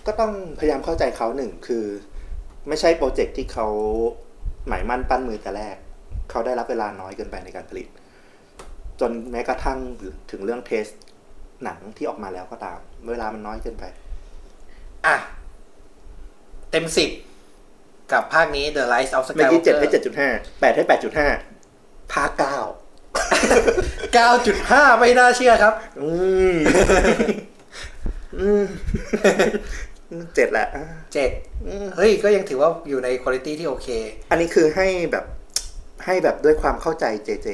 ก็ต้องพยายามเข้าใจเขาหนึ่งคือ ไม่ใช่โปรเจกต์ที่เขาหมายมั่นปั้นมือแต่แรก เขาได้รับเวลาน้อยเกินไปในการผลิต จนแม้กระทั่งถึงเรื่องเทสหนังที่ออกมาแล้วก็ตาม เวลามันน้อยเกินไป อ่ะ เต็มสิบกับภาคนี้ The Rise of เมื่อกี้เจ็ด Skywalker ให้เจ็ดจุดห้าแปดให้แปดจุดห้าภาคเก้า 9.5 ไม่น่าเชื่อครับ อืม อืมเจ็ดแหละอ่ะ เจ็ด อืม เฮ้ย ก็ยังถือว่าอยู่ในคุณภาพที่โอเค อันนี้คือให้แบบให้แบบด้วยความเข้าใจเจเจ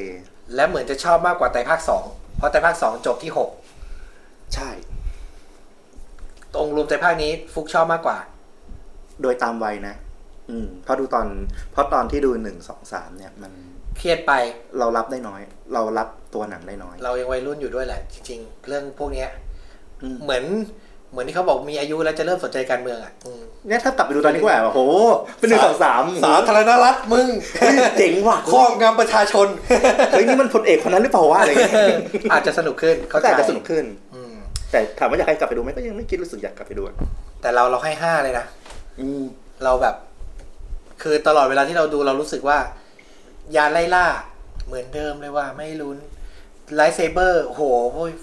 และเหมือนจะชอบมากกว่าไตรภาคสองเพราะไตรภาคสองจบที่หก ใช่ ตรงรวมไตรภาคนี้ฟุกชอบมากกว่า โดยตามวัยนะ อืมเพราะดูตอน เพราะตอนที่ดูหนึ่งสองสามเนี่ย มัน เครียดไป เรารับได้น้อย เรารับตัวหนังได้น้อย เรายังวัยรุ่นอยู่ด้วยแหละ จริง ๆ เรื่องพวกเนี้ย อืม เหมือนเหมือนที่เขาบอกมีอายุแล้วจะเริ่มสนใจการเมืองอ่ะอืม เนี่ยถ้ากลับไปดูตอนนี้ก็แบบโอ้โห เป็นหนึ่งสองสาม สาธารณรัฐมึง เจ๋งว่ะ ครอบงำประชาชน เฮ้ยนี่มันพลเอกคนนั้นหรือเปล่าวะอะไรอย่างเงี้ย อาจจะสนุกขึ้น เขา เข้าใจ แต่จะสนุกขึ้น อืม แต่ถามว่าอยากให้กลับไปดูไหมก็ยังไม่คิดรู้สึกอยากกลับไปดูอะ แต่เราเราให้ห้าเลยนะ อืม เราแบบ คือตลอดเวลาที่เราดูเรารู้สึกว่า ยานไล่ล่า เหมือนเดิมเลยว่าไม่ลุ้นไลท์เซเบอร์โห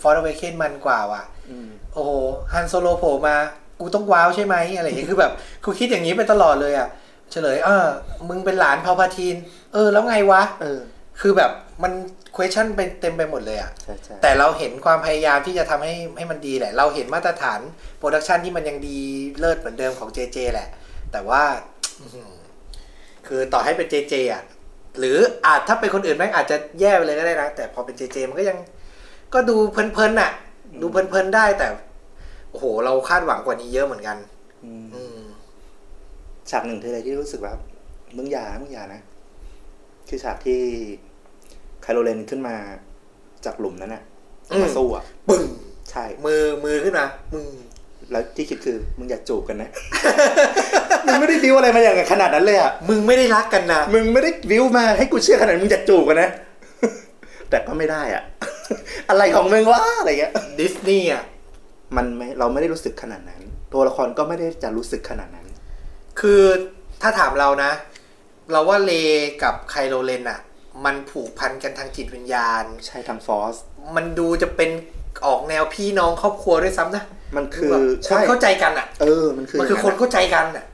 ฟอร์ดเวเคนมันกว่าว่ะ อืม โอ้โหฮันโซโลโผล่มา กูต้องว้าวใช่ไหมอะไรอย่างเงี้ยคือแบบกูคิดอย่างนี้ไปตลอดเลยอ่ะ เฉลย เออ มึงเป็นหลานพาวพาทีน เออ แล้วไงวะ เออ คือแบบมัน question เป็นเต็มไปหมดเลยอ่ะ ใช่ใช่ แต่เราเห็นความพยายามที่จะทำให้ให้มันดีแหละ เราเห็นมาตรฐานโปรดักชันที่มันยังดีเลิศเหมือนเดิมของ JJ แหละ แต่ว่า อื้อหือคือต่อให้เป็น JJ อ่ะ หรืออาจถ้าเป็นคนอื่นแม่งอาจจะแย่ไปเลยก็ได้นะ แต่พอเป็น JJ มันก็ยัง ก็ดูเพลินๆน่ะ ดูเพลินๆได้แต่ โอ้โห เราคาดหวังกว่านี้เยอะเหมือนกัน อืม อืม ฉากหนึ่งที่เลยที่รู้สึกว่ามึงอย่ามึงอย่านะ คือฉากที่ไคโรเลนขึ้นมาจากหลุมนั้นน่ะมาสู้อ่ะ ปึ้ง ใช่ มือมือขึ้นมามึง แล้วที่คิดคือมึงอย่าจูบกันนะ มึงไม่ได้บิวอะไรมาอย่างขนาดนั้นเลยอ่ะ มึงไม่ได้รักกันนะ มึงไม่ได้บิวมาให้กูเชื่อขนาดนั้นมึงอย่าจูบกันนะ แต่ก็ไม่ได้อ่ะ อะไรของมึงวะอะไรเงี้ย ดิสนีย์อ่ะ มันไม่เราไม่ได้รู้สึกขนาดนั้น ตัวละครก็ไม่ได้จะรู้สึกขนาดนั้น คือถ้าถามเรานะ เราว่าเลกับไคโรเลนอะมันผูกพันกันทางจิตวิญญาณ ใช่ทางฟอส มันดูจะเป็นออกแนวพี่น้องครอบครัวด้วยซ้ำนะ มันคือ แบบคใช่นเข้าใจกันอะ เออ มันคือ มันคือคน ย่าง เข้าใจกันอะ ะ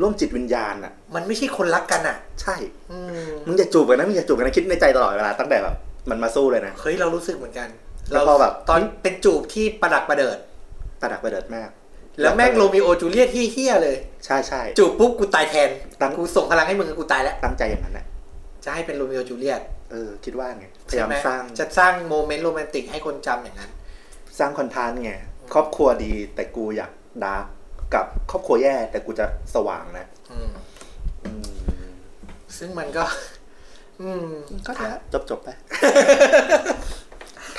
ร่วมจิตวิญญาณอ่ะ มันไม่ใช่คนรักกันอะ ใช่ อืม มึงอย่าจูบกันนะมึงอย่าจูบกันนะคิดในใจตลอดเวลาตั้งแต่แบบมันมาสู้เลยนะ เฮ้ยเรารู้สึกเหมือนกัน แล้วพอแบบ ตอนเป็นจูบที่ประดักประเดิด ประดักประเดิดมาก แล้วแม่งโรมิโอจูเลียตที่เฮี้ยเลย ใช่ใช่ จูบปุ๊บกูตายแทน ตั้ง กูส่งพลังให้มึงกูตายแล้ว ตั้งใจอย่างนั้นแหละ จะให้เป็นโรมิโอจูเลียต เออ คิดว่าไงพยา ใช่ ยาม ไหม สร้าง จะสร้างโมเมนต์โรแมนติกให้คนจำอย่างนั้น สร้างคอนทรานต์ไง ครอบครัวดีแต่กูอยากดาร์กกับครอบครัวแย่แต่กูจะสว่างนะ อืม อืม ซึ่งมันก็ อืม ก็แล้วจบจบๆไป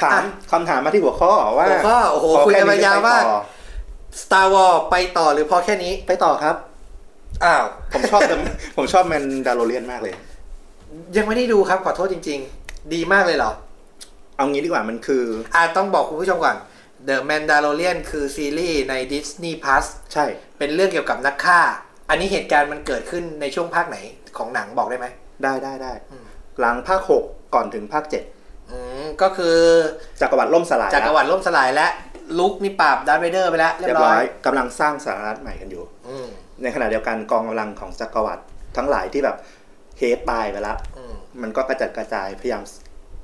ถามคำถามมาที่หัวข้อว่า หัวข้อโอ้โห ข คุยกัน แ มายาวมาก ไปต่อ Star Wars ไปต่อหรือพอแค่นี้ ไปต่อครับ อ้าว ผมชอบ ผมชอบแมนดาโลเรียนมากเลย ยังไม่ได้ดูครับขอโทษจริง ๆ ดีมากเลยเหรอ เอางี้ดีกว่ามันคือ อ่าต้องบอกคุณผู้ชมก่อน The Mandalorian คือซีรีส์ใน Disney Plus ใช่ เป็นเรื่องเกี่ยวกับนักฆ่า อันนี้เหตุการณ์มันเกิดขึ้นในช่วงภาคไหนของหนังบอกได้ไหม ได้ได้ได้ อืม หลังภาคหกก่อนถึงภาคเจ็ด อืม ก็คือ จักรวรรดิล่มสลาย จักรวรรดิล่มสลายและลุกนี่ปราบดาร์ธเวเดอร์ไปแล้ว แล้ว เรี เรี ย ย บบ ร้ ร้ อ อย ย กำลังสร้างสาธารณรัฐใหม่กันอยู่ อืม ในขณะเดียวกันกองกำลังของจักรวรรดิทั้งหลายที่แบบเฮดตายไปละ อืม มันก็กระจัดกระจายพยายาม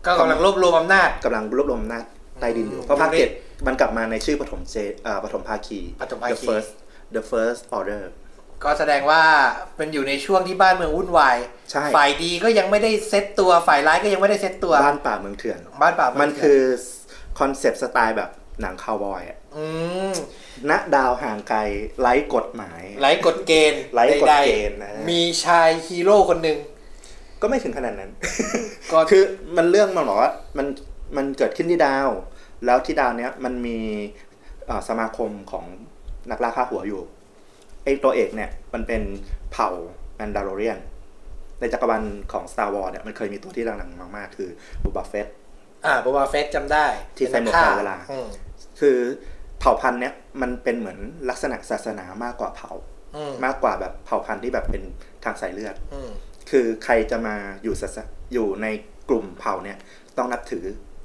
ก็กำลังรวบรวมอำนาจ กำลังรวบรวมอำนาจใต้ดินอยู่ อืม เพราะภาคเจ็ดมันกลับมาในชื่อปฐมเจเอ่อปฐมภาคี ปฐมภาคี the first the first order ก็แสดงว่ามันอยู่ในช่วงที่บ้านเมืองวุ่นวาย ใช่ ฝ่ายดีก็ยังไม่ได้เซตตัวฝ่ายร้ายก็ยังไม่ได้เซตตัว บ้านป่าเมืองเถื่อน บ้านป่ามั มันคือคอนเซปต์สไตล์แบบหนังคาวบอยอะ อืม ณดาวห่างไกลไร้กฎหมาย ไร้กฎเกณฑ์ ไร้กฎเกณฑ์ ใด นะ มีชายฮีโร่คนหนึ่ง ก็ไม่ถึงขนาดนั้น ก็ คือมันเรื่องมันบอกว่ามันมันเกิดขึ้นที่ดาว แล้วที่ดาวเนี้ยมันมีเอ่อสมาคมของนักล่าฆ่าหัวอยู่ไอตัวเอกเนี่ยมันเป็นเผ่าแมนดาโลเรียน ในจักรวาลของ Star Wars เนี่ยมันเคยมีตัวที่ดังๆมากๆ คือบูบาเฟต อ่าบอบาเฟสจำได้ ที่ใส่หมวกตลอดเวลา อืม คือเผ่าพันธุ์เนี่ยมันเป็นเหมือนลักษณะศาสนามากกว่าเผ่า อืม มากกว่าแบบเผ่าพันธุ์ที่แบบเป็นทางสายเลือด อืม คือใครจะมาอยู่ศาสอยู่ในกลุ่มเผ่าเนี่ยต้องนับถือ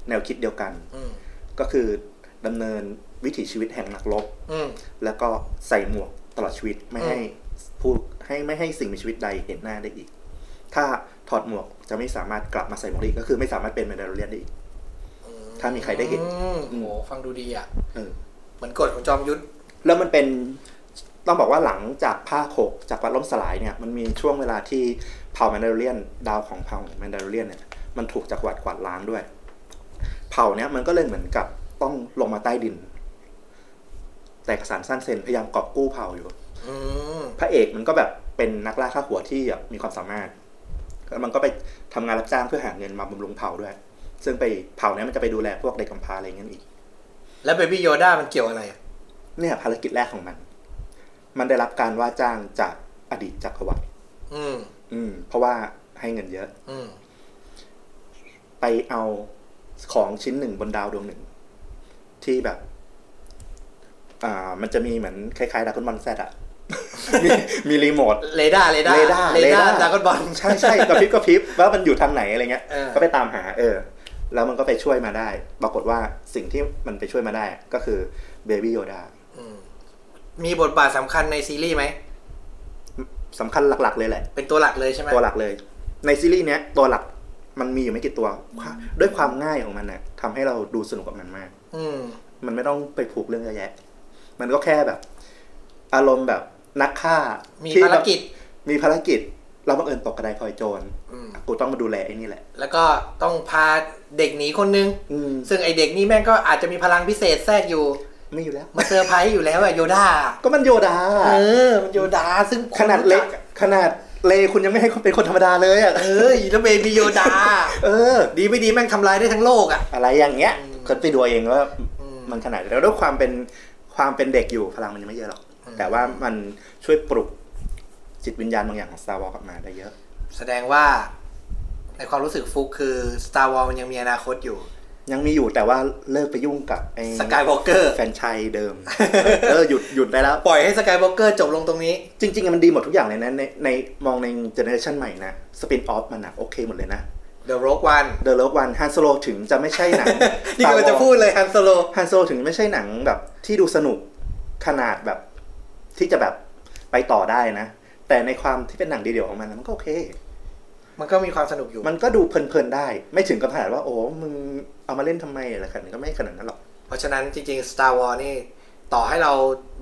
แนวคิดเดียวกัน อืม ก็คือดำเนินวิถีชีวิตแห่งนักรบ อืม แล้วก็ใส่หมวกตลอดชีวิตไม่ อืม ให้ผู้ให้ไม่ให้สิ่งมีชีวิตใดเห็นหน้าได้อีก ถ้าถอดหมวกจะไม่สามารถกลับมาใส่หมวกได้อีกก็คือไม่สามารถเป็นแมนดาโลเรียนได้อีก ถ้ามีใครได้เห็น อืมโหฟังดูดีอ่ะ เออ เหมือนกฎของจอมยุทธ แล้วมันเป็นต้องบอกว่าหลังจากภาคหกจากวัดล่มสลายเนี่ยมันมีช่วงเวลาที่เผ่าแมนดาโลเรียน ดาวของเผ่าแมนดาโลเรียนเนี่ยมันถูกจักรวรรดิกวาดล้างด้วย เผ่าเนี่ยมันก็เลยเหมือนกับต้องลงมาใต้ดิน แต่เอกสารสั้นเซนพยายามกอบกู้เผ่าอยู่ อืม พระเอกมันก็แบบเป็นนักล่าค่าหัวที่แบบมีความสามารถแล้วมันก็ไปทำงานรับจ้างเพื่อหาเงินมาบำรุงเผ่าด้วย ซึ่งไปเผ่าเนี้ยมันจะไปดูแลพวกเด็กกำพร้าอะไรเงี้ยอีก แล้วเบบี้โยด้ามันเกี่ยวอะไรอะ เนี่ยภารกิจแรกของมัน มันได้รับการว่าจ้างจากอดีตจักรวรรดิ อืม อืม เพราะว่าให้เงินเยอะ อืม ไปเอาของชิ้นหนึ่งบนดาวดวงหนึ่ง ที่แบบ อ่า มันจะมีเหมือนคล้ายๆดากอนบอลแซดอะ มีมีรีโมท เรดาร์เรดาร์ เรดาร์ เรดาร์ เรดาร์ ดรากอนบอล ใช่ใช่กระพริบกระพริบว่ามันอยู่ทางไหนอะไรเงี้ย เออ ก็ไปตามหา เออ แล้วมันก็ไปช่วยมาได้ ปรากฏว่าสิ่งที่มันไปช่วยมาได้ก็คือเบบี้โยดา อืมมีบทบาทสำคัญในซีรีส์ไหม สำคัญหลักๆเลยแหละ เป็นตัวหลักเลยใช่ไหม ตัวหลักเลย ในซีรีส์เนี้ยตัวหลักมันมีอยู่ไม่กี่ตัว ด้วยความง่ายของมันน่ะทำให้เราดูสนุกกับมันมาก อืม มันไม่ต้องไปผูกเรื่องเยอะแยะ มันก็แค่แบบ อารมณ์แบบนักฆ่า มี มี ภารกิจ มีภารกิจ เราบังเอิญตกกระไดพลอยโจร อืม กูต้องมาดูแลไอ้นี่แหละ แล้วก็ต้องพาเด็กหนีคนนึง อืม ซึ่งไอเด็กนี่แม่งก็อาจจะมีพลังพิเศษแทรกอยู่ ไม่อยู่แล้ว มาเซอร์ไพรส์อยู่แล้วอะโยดา ก็มันโยดา เออ มันโยดาซึ่งค ขนาดเล็ก รู้จัอะ ขนาดเลคุณยังไม่ให้เป็นคนธรรมดาเลยอ่ะ เอออีแล้วเบบีโยดา เออ ดีไม่ดีแม่งทำลายได้ทั้งโลกอะ อะไรอย่างเงี้ย อืม คนไปดูเอาเองว่า อืม มันขนาดไหนแล้วด้วยความเป็นความเป็นเด็กอยู่พลังมันยังไม่เยอะหรอก อืม แต่ว่ามันช่วยปลุกจิตวิญญาณบางอย่างของ Star Wars กลับมาได้เยอะ แสดงว่าในความรู้สึกฟุกคือ Star Wars มันยังมีอนาคตอยู่ ยังมีอยู่แต่ว่าเลิกไปยุ่งกับไอ้ สกายวอล์กเกอร์ แฟรนไชายเดิม เออห ยุดหยุดได้แล้ว ปล่อยให้สกายวอล์กเกอร์จบลงตรงนี้ จริง ๆอะมันดีหมดทุกอย่างเลยนะในในมองในเจเนอเรชันใหม่นะสปินออฟมันอะโอเคหมดเลยนะ The Rogue One เดอะเลิฟวันฮันโซโลถึงจะไม่ใช่หนัง นี่กำลังจะพูดเลยฮันโซโล ฮันโซถึงไม่ใช่หนังแบบที่ดูสนุกขนาดแบบที่จะแบบไปต่อได้นะ แต่ในความที่เป็นหนังเดียวๆของมันมันก็โอเค มันก็มีความสนุกอยู่ มันก็ดูเพลินๆได้ ไม่ถึงกับขนาดว่าโอ้มึงเอามาเล่นทำไมอะไรขนาดนั้นก็ไม่ขนาดนั้นหรอก เพราะฉะนั้นจริง ๆ Star Wars นี่ ต่อให้เรา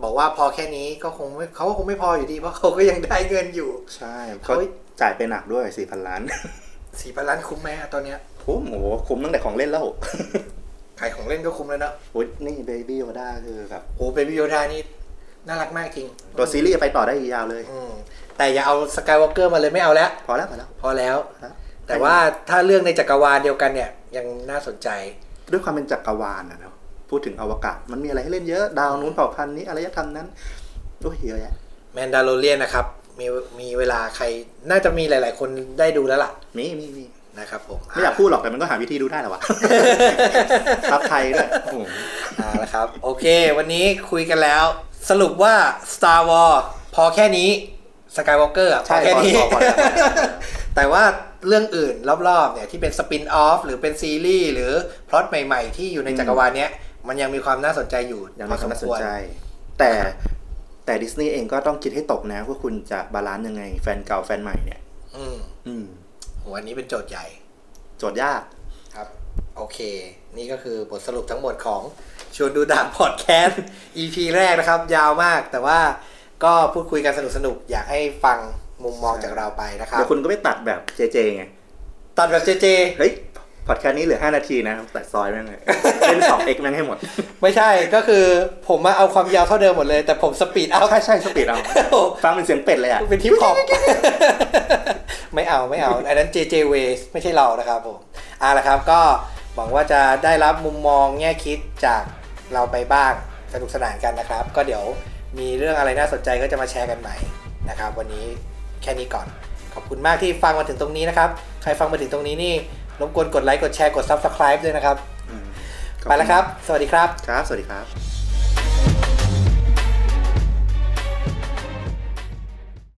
บอกว่าพอแค่นี้ก็คงไม่เขาก็คงไม่พออยู่ดี เพราะเขาก็ยังได้เงินอยู่ ใช่เขา เฮ้ย จ่ายไปหนักด้วยสี่พันล้าน สี่พันล้านคุ้มไหมอะตอนเนี้ย คุ้มโอ้โหคุ้มตั้งแต่ของเล่นแล้ว ขายของเล่นก็คุ้มแล้วเนอะ โอ้ยนี่เบบี้ o อด้าคือแบบ โหเบบี้โยดานี่ น่ารักมากจริง ตัวซีรีส์ไปต่อได้อีกยาวเลย อืมแต่อย่าเอาสกายวอล์กเกอร์มาเลยไม่เอาแล้ว พอแล้วพอแล้ว พอแล้ว พอแล้ว แต่ว่าถ้าเรื่องในจักรวาลเดียวกันเนี่ย ยังน่าสนใจ ด้วยความเป็นจักรวาลนะเนาะพูดถึงอวกาศ มันมีอะไรให้เล่นเยอะดาวนู้นเผ่าพันธุ์นี้อารยธรรมนั้นโอ้ยเยอะแยะ แมนดาโลเรียนนะครับ มีมีเวลาใครน่าจะมีหลาย ๆ คนได้ดูแล้วล่ะ มีมีมี นะครับผม ไม่อยากพูดหรอกแต่มันก็หาวิธีดูได้แหละวะ ซับไทยด้วยโอ้โห อ่าแล้วครับ โอเค วันนี้คุยกันแล้ว สรุปว่า Star Wars พอแค่นี้สกายวอล์กเกอร์พอ ใช่ แค่ พอ นี้ พอพอแล้ว แต่ว่าเรื่องอื่นรอบๆเนี่ยที่เป็นสปินออฟหรือเป็นซีรีส์หรือพล็อตใหม่ ๆ ที่อยู่ในจักรวาลเนี้ยมันยังมีความน่าสนใจอยู่ ยัง พ มี อ ค ส วาม ม น่า ค สน วร ใจ แต่แต่ดิสนีย์เองก็ต้องคิดให้ตกนะว่าคุณจะบาลานซ์ยังไง แฟนเก่าแฟนใหม่เนี่ย อืม อืม โหอันนี้เป็นโจทย์ใหญ่ โจทย์ยาก ครับ โอเค นี่ก็คือบทสรุปทั้งหมดของชวนดูดามพอดแคสต์ EP แรกนะครับ ยาวมาก แต่ว่าก็พูดคุยกันสนุกๆ อยากให้ฟังมุมมอง ใช่ จากเราไปนะครับ เดี๋ยวคุณก็ไปตัดแบบเจเจไง ตัดแบบเจเจ เฮ้ย พอดแคสต์นี้เหลือ 5 นาทีนะแต่ซอยแม่งเลย เล่นสองเอกแม่งให้หมด ไม่ใช่ก็คือผมมาเอาความยาวเท่าเดิมหมดเลย แต่ผมสปีดเอา ใช่ใช่สปีดเอา ฟังเป็นเสียงเป็ดเลยอ่ะ เป็นทิปฮอป ไม่เอาไม่เอา อันนั้น JJ Ways ไม่ใช่เรานะครับผมเอาละครับก็หวังว่าจะได้รับมุมมองแง่คิดจากเราไปบ้างสนุกสนานกันนะครับ ก็เดี๋ยวมีเรื่องอะไรน่าสนใจก็จะมาแชร์กันใหม่นะครับ วันนี้แค่นี้ก่อน ขอบคุณมากที่ฟังมาถึงตรงนี้นะครับ ใครฟังมาถึงตรงนี้นี่รบกวนกดไลค์กดแชร์กด Subscribe ด้วยนะครับ อืม ไปแล้วครับ สวัสดีครับ ครับ สวัสดีครับ